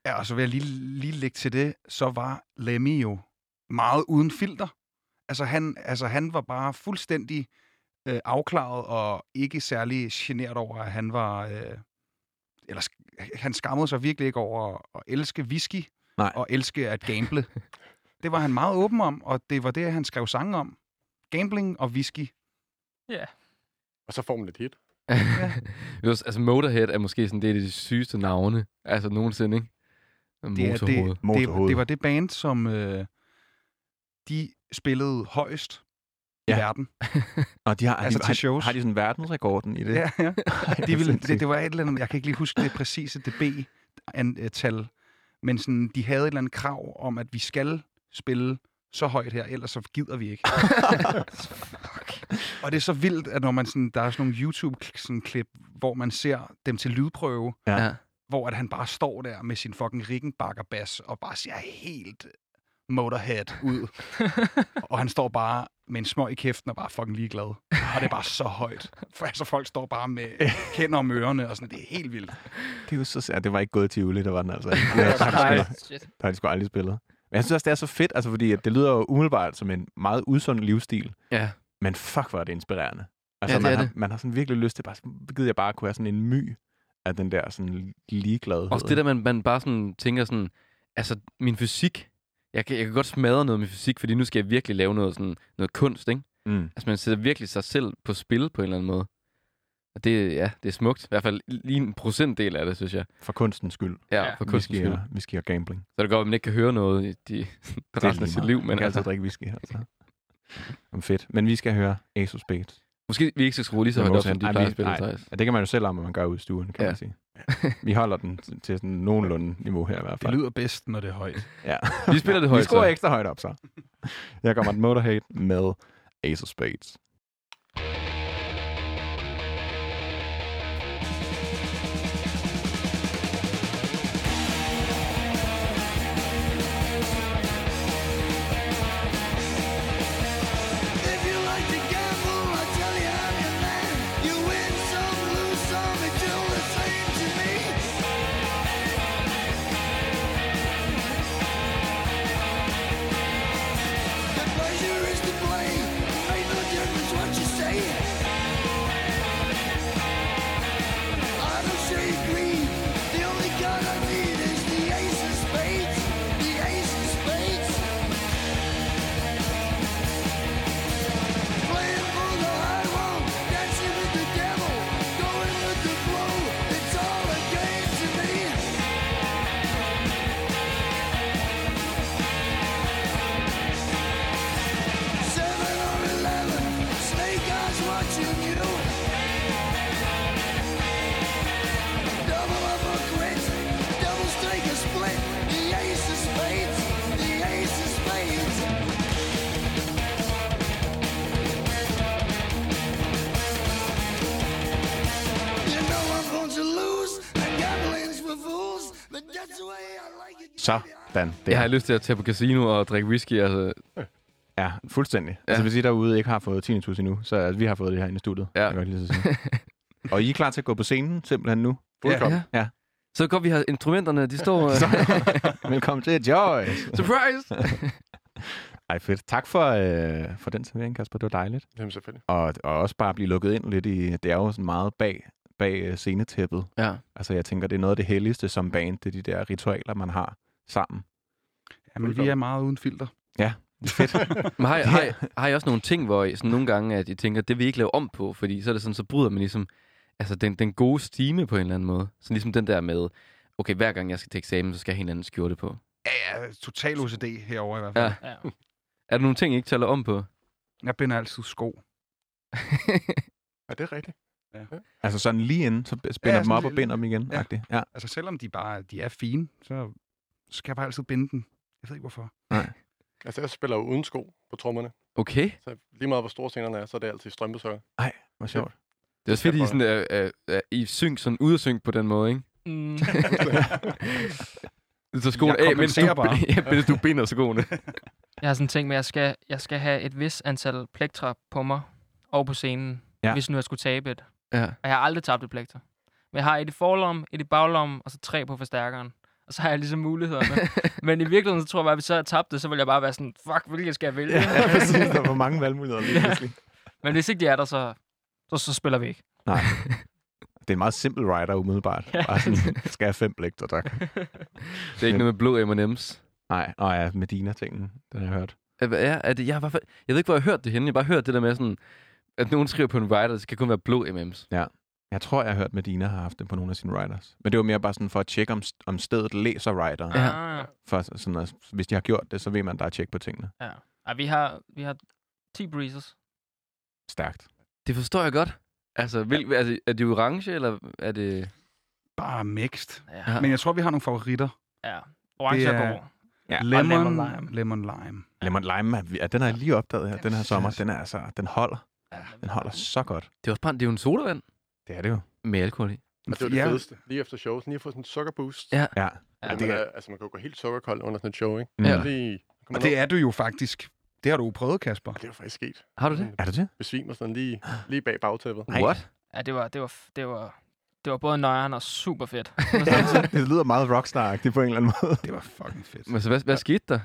Speaker 3: Ja, og så vil jeg lige, lige lægge til det, så var Lemmy jo meget uden filter. Altså han, altså, han var bare fuldstændig øh, afklaret og ikke særlig generet over, at han var... Øh, eller sk- han skammede sig virkelig ikke over at, at elske whisky
Speaker 1: Nej.
Speaker 3: og elske at gamble. det var han meget åben om, og det var det, han skrev sange om. Gambling og whisky.
Speaker 6: Og så får man et hit.
Speaker 2: Ja. altså, Motorhead er måske sådan, det er de sygeste navne, altså nogensinde, ikke?
Speaker 3: Det, er
Speaker 2: Motorhoved.
Speaker 3: det, det,
Speaker 1: Motorhoved.
Speaker 3: det var det band, som øh, de spillede højst ja.
Speaker 1: Ja.
Speaker 3: i verden.
Speaker 1: Og de har,
Speaker 3: Altså
Speaker 1: de,
Speaker 3: til
Speaker 1: har,
Speaker 3: shows.
Speaker 1: har de sådan verdensrekorden i det?
Speaker 3: Ja, ja.
Speaker 1: Ej, hvor
Speaker 3: De ville, det,
Speaker 1: sindssygt.
Speaker 3: det var et eller andet, jeg kan ikke lige huske det præcise dB-tal, men sådan, de havde et eller andet krav om, at vi skal spille så højt her, ellers så gider vi ikke. Og det er så vildt, at når man sådan, der er sådan nogle YouTube-klip, hvor man ser dem til lydprøve,
Speaker 1: Ja.
Speaker 2: Ja.
Speaker 3: hvor at han bare står der med sin fucking rickenbackerbas og bare ser helt motorhead ud. og han står bare med en smøg i kæften og bare fucking ligeglad. Og det er bare så højt. For altså, folk står bare med hænder om ørerne og sådan, det er helt vildt.
Speaker 1: Det, er jo så, ja, det var ikke gået til Tivoli, der var den altså. ikke. Det har de sgu-
Speaker 5: Shit.
Speaker 1: der har de sgu aldrig spillet. Men jeg synes også, det er så fedt, altså, fordi at det lyder jo umiddelbart som en meget usund livsstil.
Speaker 2: Ja.
Speaker 1: Men fuck, hvor er det inspirerende. Altså,
Speaker 2: det
Speaker 1: man,
Speaker 2: er
Speaker 1: har,
Speaker 2: det.
Speaker 1: man har sådan virkelig lyst til bare, sådan, gider jeg bare kunne have sådan en my af den der sådan ligeglade.
Speaker 2: Også det der, man, man bare sådan tænker sådan, altså min fysik, jeg kan, jeg kan godt smadre noget af min fysik, fordi nu skal jeg virkelig lave noget, sådan, noget kunst, ikke?
Speaker 1: Mm.
Speaker 2: Altså man sætter virkelig sig selv på spil på en eller anden måde. Og det, ja, det er smukt. I hvert fald lige en procentdel af det, synes jeg.
Speaker 1: For kunstens skyld.
Speaker 2: Ja,
Speaker 5: Ja.
Speaker 2: for
Speaker 1: Whisky
Speaker 2: kunstens skyld.
Speaker 1: og, whisky og gambling.
Speaker 2: Så er det godt, at man ikke kan høre noget i de, resten af
Speaker 1: lige
Speaker 2: sit
Speaker 1: meget.
Speaker 2: liv. Men
Speaker 1: Man kan altid
Speaker 2: altså,
Speaker 1: drikke whisky her. Altså. Jamen, fedt. Men vi skal høre Ace of Spades.
Speaker 2: måske vi ikke skal skrue lige så
Speaker 1: Men
Speaker 2: højt op,
Speaker 1: modsat-
Speaker 2: som de
Speaker 1: Ej,
Speaker 2: plejer
Speaker 1: vi-
Speaker 2: at spille,
Speaker 1: nej.
Speaker 2: Thijs.
Speaker 1: Ja, det kan man jo selv om, at man gør ude i stuen, kan ja.
Speaker 2: Ja.
Speaker 1: man sige. Vi holder den t- til sådan nogenlunde niveau her i hvert
Speaker 3: Det
Speaker 1: fald.
Speaker 3: lyder bedst, når det er højt.
Speaker 1: Ja.
Speaker 2: Vi spiller det
Speaker 1: Vi
Speaker 2: højt,
Speaker 1: skruer
Speaker 2: så.
Speaker 1: ekstra højt op, så. Jeg kommer til Motorhead med Ace of Spades.
Speaker 11: If you like to gamble, I tell you how you land. You win some, lose some, it's all the same to me. The pleasure is to play. Make no difference what you say. I don't say green. The only card I need is the ace of spades. The ace of spades. Playing for the high road, dancing with the devil, going with the flow. It's all a game to me. Seven or eleven, snake eyes watching you. Double up or quit, doubles take a split. The ace of spades, the ace of spades. You know I'm going to lose. and gambling's for fools, but that's the way I like it.
Speaker 1: Så, Dan. Det
Speaker 2: Jeg har lyst til at tage på casino og drikke whisky. Altså,
Speaker 1: Ja, fuldstændig. Ja. Altså, hvis I derude ikke har fået tinnitus endnu, så altså, vi har fået det her inde i studiet.
Speaker 2: Ja.
Speaker 1: kan Jeg godt lige så sige. og I er klar til at gå på scenen simpelthen nu?
Speaker 6: Fuldkommen.
Speaker 1: Ja. ja.
Speaker 2: så godt, vi har instrumenterne, de står... øh,
Speaker 1: Velkommen til Joyce.
Speaker 2: Surprise!
Speaker 1: Ej, fedt. Tak for, øh, for den servering, Kasper. Det var dejligt.
Speaker 6: Ja. Jamen selvfølgelig.
Speaker 1: Og, og også bare blive lukket ind lidt i, det er jo sådan meget bag, bag øh, scenetæppet.
Speaker 2: ja.
Speaker 1: Altså jeg tænker, det er noget af det helligste som band, det er de der ritualer, man har sammen.
Speaker 3: Jamen, vi er meget uden filter.
Speaker 1: Det er fedt.
Speaker 2: Men har, I- har, I- har I også nogle ting, hvor I sådan nogle gange, at I tænker, det vil I ikke lave om på, fordi så er det sådan, så bryder man ligesom altså den, den gode stime på en eller anden måde. Så ligesom den der med, okay, hver gang jeg skal til eksamen, så skal jeg have en eller anden skjorte på.
Speaker 3: Ja, ja, total OCD herover i hvert fald.
Speaker 2: Ja.
Speaker 3: Ja.
Speaker 5: Ja.
Speaker 2: Er der nogle ting, I ikke taler om på?
Speaker 3: Jeg binder altid sko.
Speaker 6: Er det rigtigt?
Speaker 1: altså sådan lige inden, så spænder ja,
Speaker 3: Ja,
Speaker 1: dem op
Speaker 3: sådan
Speaker 1: og
Speaker 3: lige-
Speaker 1: binder dem igen.
Speaker 3: ja.
Speaker 1: Ja. ja.
Speaker 3: Altså, selvom de bare de er fine, så skal jeg bare altid binde den. Jeg ved ikke, hvorfor.
Speaker 6: Altså, jeg spiller jo uden sko på trommerne.
Speaker 2: okay.
Speaker 6: Så lige meget, hvor store scenerne er, så er det altid strømpesøger.
Speaker 1: Hvor sjovt.
Speaker 2: Det er også fedt, I, sådan, er, er, er, I synk sådan ud af synk på den måde, ikke?
Speaker 5: Mm.
Speaker 2: Så skoene
Speaker 3: Jeg
Speaker 2: af, mens du,
Speaker 3: kompenserer bare.
Speaker 2: ja, mens du binder skoene.
Speaker 5: Jeg har sådan tænkt med, at jeg skal, jeg skal have et vis antal plektra på mig og på scenen,
Speaker 1: Ja.
Speaker 5: ja. hvis nu jeg skulle tabe et.
Speaker 2: ja.
Speaker 5: Og jeg har aldrig tabt et plektra. Men jeg har et i forlommen, et i baglommen, og så tre på forstærkeren. Og så har jeg ligesom mulighederne. Men i virkeligheden, så tror jeg bare, at hvis jeg havde tabt det, så ville jeg bare være sådan, fuck, hvilket skal jeg vælge?
Speaker 1: Ja, præcis. Der var mange valgmuligheder lige pludselig.
Speaker 5: Men hvis ikke de er der, så, så, så spiller vi ikke.
Speaker 1: Nej. Det er en meget simpel rider umiddelbart.
Speaker 5: Ja.
Speaker 1: Bare sådan, skal jeg have fem blægter, tak.
Speaker 2: Det er ikke noget med blå M&M's.
Speaker 1: Nej, nå ja, Medina-tingen, den har jeg hørt.
Speaker 2: Er- Ja, er det, jeg, har i hvert fald, jeg ved ikke, hvor jeg har hørt det henne. Jeg har bare hørt det der med sådan, at nogen skriver på en rider, det skal kun være blå M&M's.
Speaker 1: Jeg tror, jeg har hørt, Medina har haft det på nogle af sine riders. Men det var mere bare sådan for at tjekke, om, st- om stedet læser rider.
Speaker 2: Ja.
Speaker 5: Ah,
Speaker 1: For sådan at, hvis de har gjort det, så ved man, at der er tjek på tingene.
Speaker 5: ja. Ej, vi har, vi har 10 breezes.
Speaker 1: Stærkt.
Speaker 2: Det forstår jeg godt. Altså, vil, altså er det orange, eller er det...
Speaker 3: Bare Ah, mixed.
Speaker 5: Ja.
Speaker 3: Men jeg tror, vi har nogle favoritter.
Speaker 5: ja. Orange
Speaker 3: Det
Speaker 5: er
Speaker 3: er-
Speaker 5: god.
Speaker 1: Ja, og
Speaker 3: lemon,
Speaker 5: lemon
Speaker 3: lemon
Speaker 5: lime.
Speaker 3: lime. Lemon lime.
Speaker 1: Lemon Lime, er, vi- ja, den har jeg lige opdaget her, den her
Speaker 3: synes
Speaker 1: sommer.
Speaker 3: jeg også.
Speaker 1: Den er altså, den holder. Den holder så godt.
Speaker 2: Det er også bare, det er jo en sodavand
Speaker 1: Det er det jo.
Speaker 2: med alkohol i.
Speaker 6: Og det var det ja. fedeste. Lige efter show, sådan lige at få sådan en sukkerboost. øh,
Speaker 2: Ja.
Speaker 1: Ja.
Speaker 6: Ja,
Speaker 1: det
Speaker 6: det
Speaker 1: er-
Speaker 6: er... Altså, man kan jo gå helt sukkerkold under sådan et show, ikke?
Speaker 1: Mm.
Speaker 6: Lige,
Speaker 3: Og det er du jo faktisk. Det har du jo prøvet, Kasper.
Speaker 6: Det er jo faktisk sket.
Speaker 2: Har du det?
Speaker 1: Er det det?
Speaker 6: Besvimer sådan lige, lige bag bagtæppet.
Speaker 1: Ej.
Speaker 2: What?
Speaker 5: Ja, det var, det var, f- det var, det var både nøjeren og super fedt.
Speaker 1: det lyder meget rockstar-agtigt på en eller anden måde.
Speaker 3: Det var fucking fedt.
Speaker 2: Men så hvad, hvad skete der?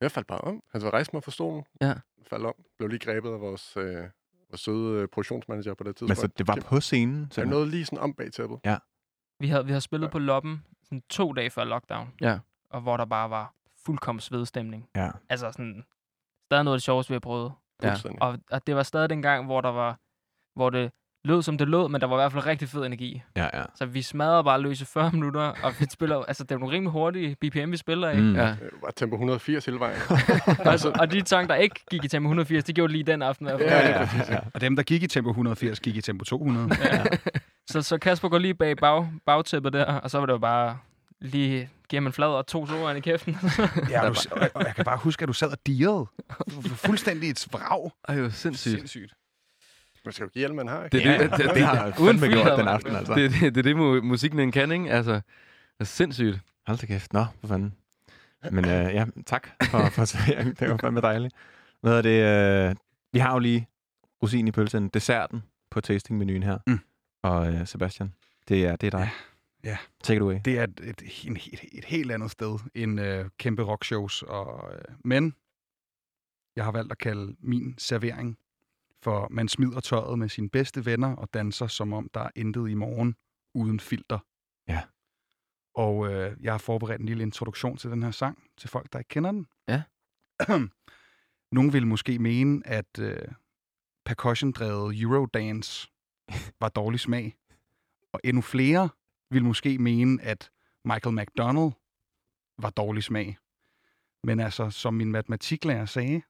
Speaker 6: Jeg faldt bare om. Han var rejse mig fra stolen.
Speaker 2: Ja.
Speaker 6: Faldt om. Blev lige grebet af vores, øh, vores søde øh, produktionsmanager på det tidspunkt.
Speaker 1: Men så det var på scenen?
Speaker 6: Jeg
Speaker 1: Så
Speaker 6: nåede lige sådan om bag tæppet.
Speaker 5: Vi havde, vi havde spillet på loppen sådan to dage før lockdown.
Speaker 2: Ja.
Speaker 5: Og hvor der bare var fuldkommen svedstemning.
Speaker 1: Ja.
Speaker 5: Altså sådan, stadig noget af det sjoveste, vi har prøvet.
Speaker 2: Ja.
Speaker 6: Fuldstændig.
Speaker 5: Og, og det var stadig den gang, hvor der var, hvor det lød som det lød, men der var i hvert fald rigtig fed energi.
Speaker 1: ja, ja.
Speaker 5: Så vi smadrede bare løs i 40 minutter, og vi spiller, altså det er nogle rimelig hurtige BPM, vi spiller, ikke?
Speaker 1: Mm.
Speaker 2: Ja.
Speaker 6: Øh, var tempo 180 hele vejen. Altså,
Speaker 5: Og, og de sange, der ikke gik i tempo 180, de gjorde lige den aften. i hvert fald.
Speaker 6: Ja,
Speaker 1: ja, ja, ja.
Speaker 3: Og dem, der gik i tempo 180, gik i tempo 200.
Speaker 5: Så, så Kasper går lige bag bag, bagtæppet der, og så var det jo bare lige giver man flad og to sover i kæften.
Speaker 3: ja, og, du, og, og jeg kan bare huske, at du sad og dirrede. Du var Fuldstændig et vrag.
Speaker 2: Ej, det var sindssygt.
Speaker 6: Man skal jo give alt, man har, ikke?
Speaker 2: Det, er det, det,
Speaker 1: Det
Speaker 2: det,
Speaker 1: har
Speaker 2: det,
Speaker 1: jeg
Speaker 2: uden
Speaker 1: fandme
Speaker 2: filter,
Speaker 1: gjort den
Speaker 2: mand.
Speaker 1: aften, altså.
Speaker 2: det, det, det er det, mu- musikken den kan, ikke? Altså, det er sindssygt.
Speaker 1: Hold da kæft. Nå, for fanden. Men øh, ja, tak for, for serveringen. Det var fandme dejligt. Hvad er det? Øh, vi har jo lige rosin i pølsen, desserten på tastingmenuen her.
Speaker 3: Mm.
Speaker 1: Og øh, Sebastian, det er, det er dig.
Speaker 3: Ja, ja.
Speaker 1: Take it away.
Speaker 3: Det er et, et, en, et, et helt andet sted end øh, kæmpe rockshows. Og, øh, men jeg har valgt at kalde min servering for man smider tøjet med sine bedste venner og danser, som om der er intet i morgen uden filter.
Speaker 1: Ja.
Speaker 3: Og øh, jeg har forberedt en lille introduktion til den her sang, til folk, der ikke kender den.
Speaker 2: Ja.
Speaker 3: Nogle vil måske mene, at øh, percussion-drevet Eurodance var dårlig smag. Og endnu flere vil måske mene, at Michael McDonald var dårlig smag. Men altså, som min matematiklærer sagde,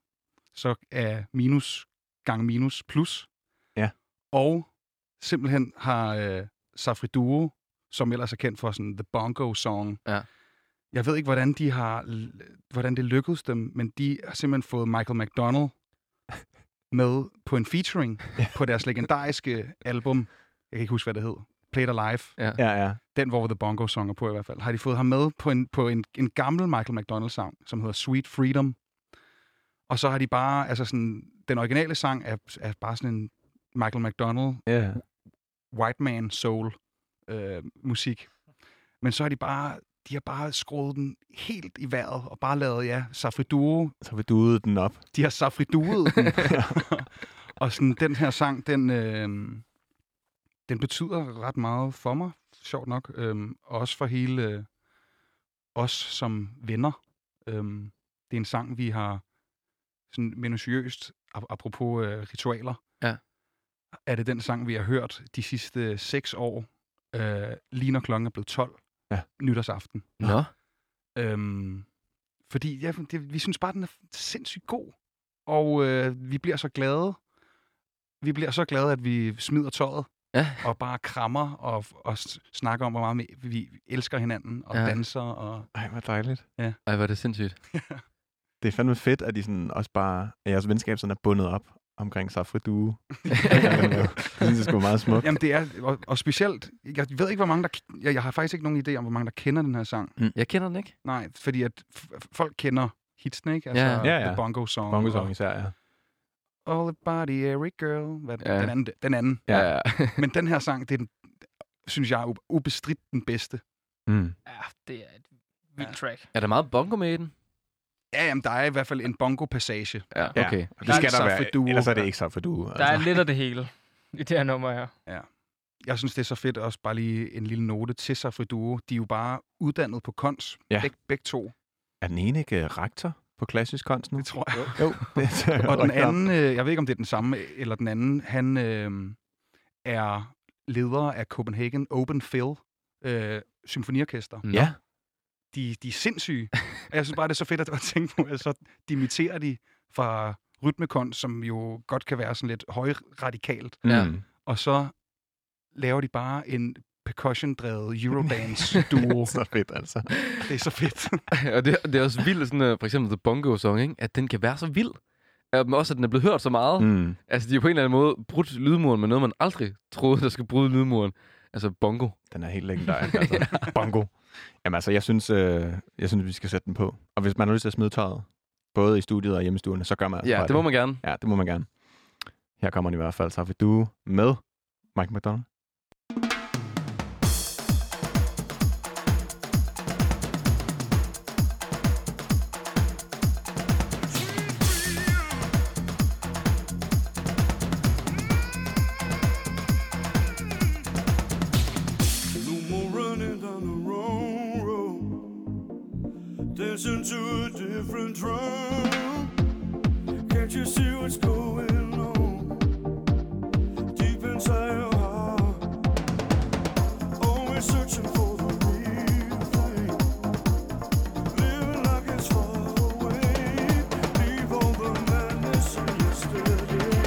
Speaker 3: så er minus gange minus plus.
Speaker 1: Ja.
Speaker 3: Og simpelthen har øh, Safri Duo, som ellers er kendt for sådan The Bongo Song.
Speaker 2: Ja.
Speaker 3: Jeg ved ikke, hvordan, de har, hvordan det lykkedes dem, men de har simpelthen fået Michael McDonald med på en featuring på deres legendariske album. Jeg kan ikke huske, hvad det hed. Play It Alive
Speaker 1: Ja, ja.
Speaker 3: den hvor The Bongo Song er på i hvert fald, har de fået ham med på en, på en, en gammel Michael McDonald sang, som hedder Sweet Freedom. Og så har de bare, altså sådan, den originale sang er, er bare sådan en Michael McDonald,
Speaker 1: ja.
Speaker 3: white man soul øh, musik. Men så har de bare, de har bare skruet den helt i vejret, og bare lavet, ja, Safri Duo,
Speaker 1: Så vil du den op.
Speaker 3: de har safriduet den. og sådan, den her sang, den, øh, den betyder ret meget for mig, sjovt nok. Øh, også for hele øh, os som venner. Øh, det er en sang, vi har sådan minutiøst, ap- apropos øh, ritualer.
Speaker 2: Ja.
Speaker 3: Er det den sang, vi har hørt de sidste seks år, øh, lige når klokken er blevet 12
Speaker 1: Ja.
Speaker 3: nytårsaften.
Speaker 2: Nå.
Speaker 3: Øhm, fordi ja, det, vi synes bare, den er sindssygt god. Og øh, vi bliver så glade. Vi bliver så glade, at vi smider tøjet.
Speaker 2: Ja.
Speaker 3: Og bare krammer og, og s- snakker om, hvor meget vi, vi elsker hinanden. Og
Speaker 2: Ja.
Speaker 3: ja. danser. Og,
Speaker 1: Ej, hvor dejligt.
Speaker 2: Ej, hvor er det sindssygt.
Speaker 1: Det er fandme fedt, at I sådan også bare, at jeres venskab sådan er bundet op omkring Safri Due. jeg synes, det er sgu meget smukt.
Speaker 3: jamen det er, og, og specielt, jeg ved ikke, hvor mange der... k- Jeg, jeg har faktisk ikke nogen idé om, hvor mange der kender den her sang.
Speaker 2: Mm. Jeg kender den ikke.
Speaker 3: Nej, fordi at f- f- folk kender hitsene, ikke? Altså,
Speaker 2: Ja,
Speaker 1: ja. Ja, ja.
Speaker 3: The Bongo Song.
Speaker 1: Bongo
Speaker 3: og
Speaker 1: Song især, ja.
Speaker 3: All About the Every Girl. Hvad,
Speaker 2: Ja.
Speaker 3: ja. den, anden, den anden.
Speaker 1: Ja,
Speaker 2: ja.
Speaker 3: Men den her sang, det er den, synes jeg er ub- ubestridt den bedste.
Speaker 1: Mm.
Speaker 5: Ja, det er et vildt track.
Speaker 2: Er der meget bongo med i den?
Speaker 3: Ja, jamen, der er i hvert fald en bongo-passage.
Speaker 2: Ja.
Speaker 1: Ja.
Speaker 2: Okay.
Speaker 1: Og
Speaker 3: Der
Speaker 1: det
Speaker 3: er
Speaker 1: skal
Speaker 3: en
Speaker 1: der være,
Speaker 3: Safri Duo.
Speaker 1: ellers er det ikke Safri Due.
Speaker 5: Der er lidt af det hele i det her nummer her.
Speaker 3: altså. Jeg synes, det er så fedt også bare lige en lille note til Safri Duo. De er jo bare uddannet på kons.
Speaker 1: Ja.
Speaker 3: Beg, begge to,
Speaker 1: Er den ene ikke øh, rektor på klassisk kunst nu?
Speaker 3: det tror jeg.
Speaker 1: Jo, det er
Speaker 3: Og den anden, øh, jeg ved ikke, om det er den samme, eller den anden, han øh, er leder af Copenhagen Open Phil øh, symfoniorkester.
Speaker 1: Ja,
Speaker 3: De, de er sindssyge. Og jeg synes bare, det er så fedt at at tænke på, at så dimitterer de fra rytmekons, som jo godt kan være sådan lidt højradikalt.
Speaker 2: Ja.
Speaker 1: Mm.
Speaker 3: og så laver de bare en percussion-drevet Eurodance-duo.
Speaker 1: så fedt altså.
Speaker 3: det er så fedt.
Speaker 2: og det, det er også vildt, sådan, øh, for eksempel The Bongo Song, ikke? at den kan være så vild. Ja, Men også, at den er blevet hørt så meget. Mm.
Speaker 1: Mm.
Speaker 2: Altså, de har på en eller anden måde brudt lydmuren med noget, man aldrig troede, der skulle bryde lydmuren. Altså, bongo.
Speaker 1: Den er helt legendarisk. Altså. Bongo. Jamen altså, jeg synes, øh, jeg synes, vi skal sætte den på. Og hvis man har lyst til at smide tøjet, både i studiet og hjemmestuerne, så gør man altså
Speaker 2: Ja,
Speaker 1: bare
Speaker 2: det må man gerne.
Speaker 1: Ja, det må man gerne. Her kommer den i hvert fald. Så vil du med Mike McDonald.
Speaker 9: No more running down the wrong road. Dancing to a different drum. Can't you see what's going on? Deep inside your heart. Always searching for the real thing. Living like it's far away. Leave all the madness of yesterday.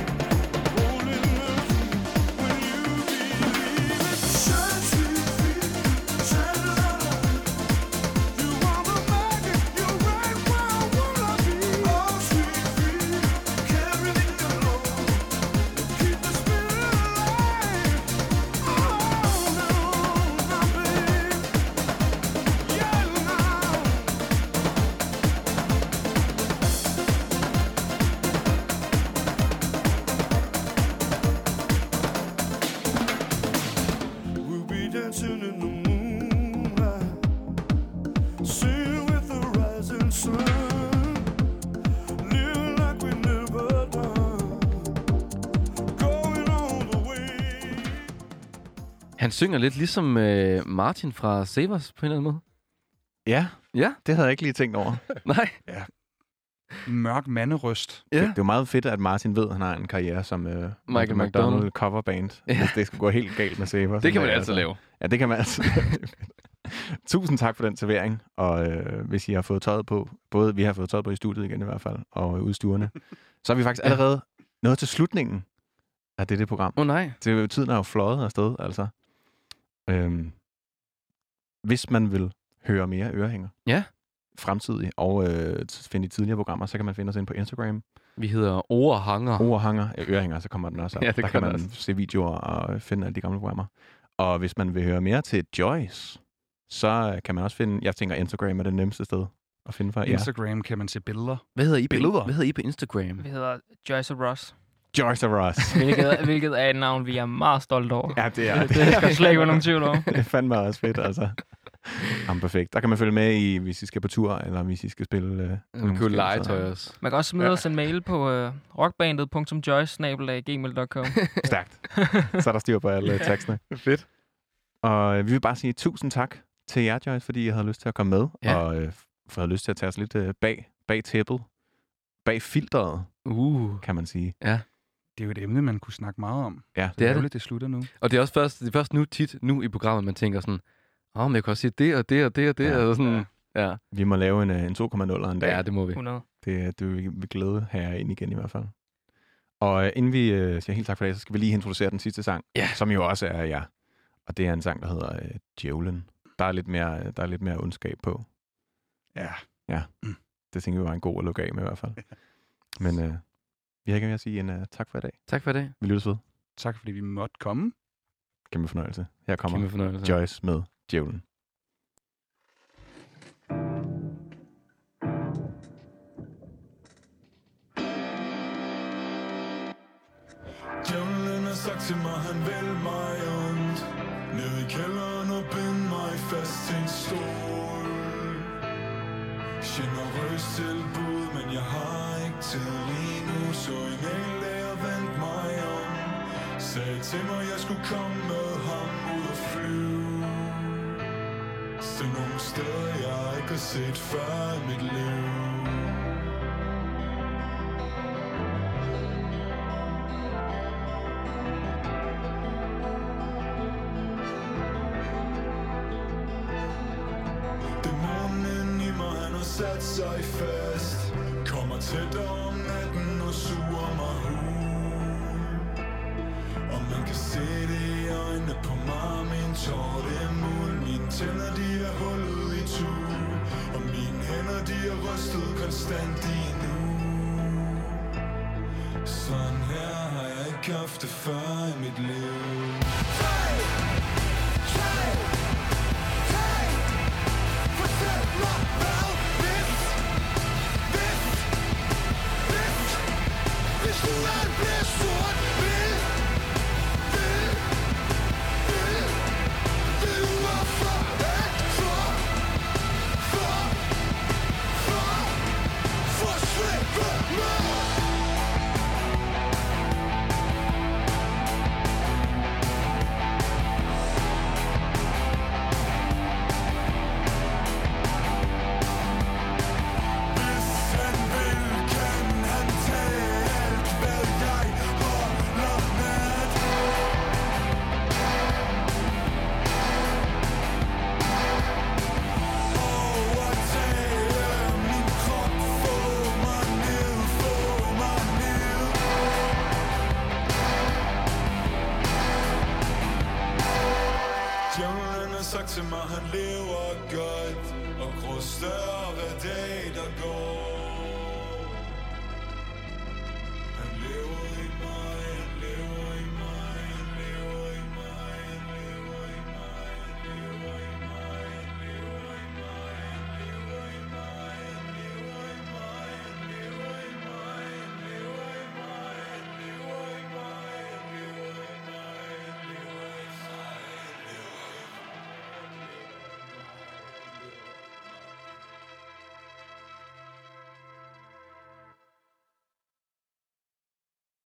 Speaker 9: Holding nothing when you believe it. Shine, sweet feet, shine love. You are the magnet, you're right where I wanna be. Oh, sweet feet, carry me along. Keep the spirit alive, all night long, baby. Yeah, now. We'll be dancing in the moonlight, singing with the rising sun, living like we never done, going all the way.
Speaker 2: Han synger lidt ligesom øh, Martin fra Savers på en eller anden måde.
Speaker 1: Ja,
Speaker 2: Ja,
Speaker 1: det havde jeg ikke lige tænkt over.
Speaker 2: nej.
Speaker 3: Mørk manderøst.
Speaker 1: Det,
Speaker 2: Ja.
Speaker 1: det er jo meget fedt, at Martin ved, at han har en karriere som øh, Michael, Michael McDonald
Speaker 2: McDonald.
Speaker 1: coverband.
Speaker 2: Ja.
Speaker 1: Hvis det skulle gå helt galt med Saber.
Speaker 2: Det kan man altid lave.
Speaker 1: Ja, det kan man altså. Tusind tak for den servering, og øh, hvis I har fået tøjet på, både vi har fået tøjet på i studiet igen i hvert fald, og øh, ude i stuerne, så er vi faktisk
Speaker 2: Ja.
Speaker 1: allerede nået til slutningen af dette program.
Speaker 2: Åh oh, nej.
Speaker 1: Det er jo, tiden er jo fløjet afsted, altså. Øhm, hvis man vil høre mere ørehænger,
Speaker 2: Ja.
Speaker 1: fremtidig, og øh, t- finde de tidligere programmer, så kan man finde os ind på Instagram,
Speaker 2: Vi hedder Orhanger.
Speaker 1: ord hanger, øh, ørehænger, så kommer den også op.
Speaker 2: Ja, det
Speaker 1: der
Speaker 2: gør
Speaker 1: kan
Speaker 2: den
Speaker 1: man
Speaker 2: også.
Speaker 1: se videoer og finde alle de gamle programmer. Og hvis man vil høre mere til Joyce, så kan man også finde, jeg tænker Instagram er det nemmeste sted at finde for jer.
Speaker 3: Instagram kan man se billeder.
Speaker 2: Hvad hedder I på,
Speaker 3: Billeder.
Speaker 2: hvad hedder I på Instagram?
Speaker 5: Vi hedder Joyce og Ross,
Speaker 1: Joyce og Ross.
Speaker 5: hvilket, hvilket er et navn, vi er meget stolte over.
Speaker 1: ja, det er
Speaker 5: Det skal der slet ikke være nogen tvivl om.
Speaker 1: det er fandme også fedt, altså. Jamen, perfekt. Der kan man følge med i, hvis I skal på tur, eller hvis I skal spille... Øh,
Speaker 2: Vi
Speaker 1: nogle
Speaker 2: kunne
Speaker 1: forskellige
Speaker 2: legetøj
Speaker 1: steder.
Speaker 2: også.
Speaker 5: Man kan også smide os en mail på øh, rockbandet.joyce.gmail.com.
Speaker 1: Stærkt. Så er der styr på alle øh, teksterne.
Speaker 6: Fedt.
Speaker 1: Og øh, vi vil bare sige tusind tak til jer, Joyce, fordi I havde lyst til at komme med,
Speaker 2: Ja.
Speaker 1: og øh, f- havde lyst til at tage os lidt øh, bag, bag tæppet, bag filteret,
Speaker 2: Uh.
Speaker 1: kan man sige.
Speaker 3: Det er jo et emne, man kunne snakke meget om.
Speaker 1: Ja.
Speaker 2: Det er det.
Speaker 3: Ærgerligt, det slutter nu.
Speaker 2: Og det er også først, det er først nu tit, nu i programmet, man tænker sådan, åh, oh, men jeg kan også sige det og det og det og det,
Speaker 1: Ja.
Speaker 2: ja. og sådan, ja.
Speaker 1: Vi må lave en, øh, en 2,0 en dag.
Speaker 2: Ja, det må vi.
Speaker 5: 100.
Speaker 1: Det, det vil vi glæde her ind igen i hvert fald. Og øh, inden vi øh, siger helt tak for det, så skal vi lige introducere den sidste sang,
Speaker 2: Ja.
Speaker 1: som jo også er jer. Og det er en sang, der hedder øh, Djævlen. Der er, lidt mere, øh, der er lidt mere ondskab på.
Speaker 3: Ja.
Speaker 2: Mm.
Speaker 1: Det tænker vi var en god at lukke af med i hvert fald. Men øh, vi har ikke mere at sige end øh, tak for i dag.
Speaker 2: Tak for i dag.
Speaker 1: Vi lyttes ved.
Speaker 3: Tak fordi vi måtte komme.
Speaker 1: Kæmpe fornøjelse. Her kommer
Speaker 2: Kæmpe fornøjelse.
Speaker 1: Joyce med Djævlen.
Speaker 9: Djævlen har sagt til mig, han vil mig ondt Ned i kælderen og bind mig fast til en stol Generøst tilbud, men jeg har ikke tid lige nu Så en engel der vendt mig om Sagde til mig, jeg skulle komme med ham ud og flyve Se nogle steder, jeg ikke har set før i mit liv Dæmonen i mig, han har sat sig fast Kommer tættere om natten og suger mig hul Og man kan se det i øjnene på mig Min tår, det er mul Mine tænder, de er hullet i tu Og mine hænder, de er rystet konstant i nu Sådan her har jeg ikke haft det før i mit liv Fortæl mig, hvad This, this sagt til mig, han lever godt Og grå større hver dag, der går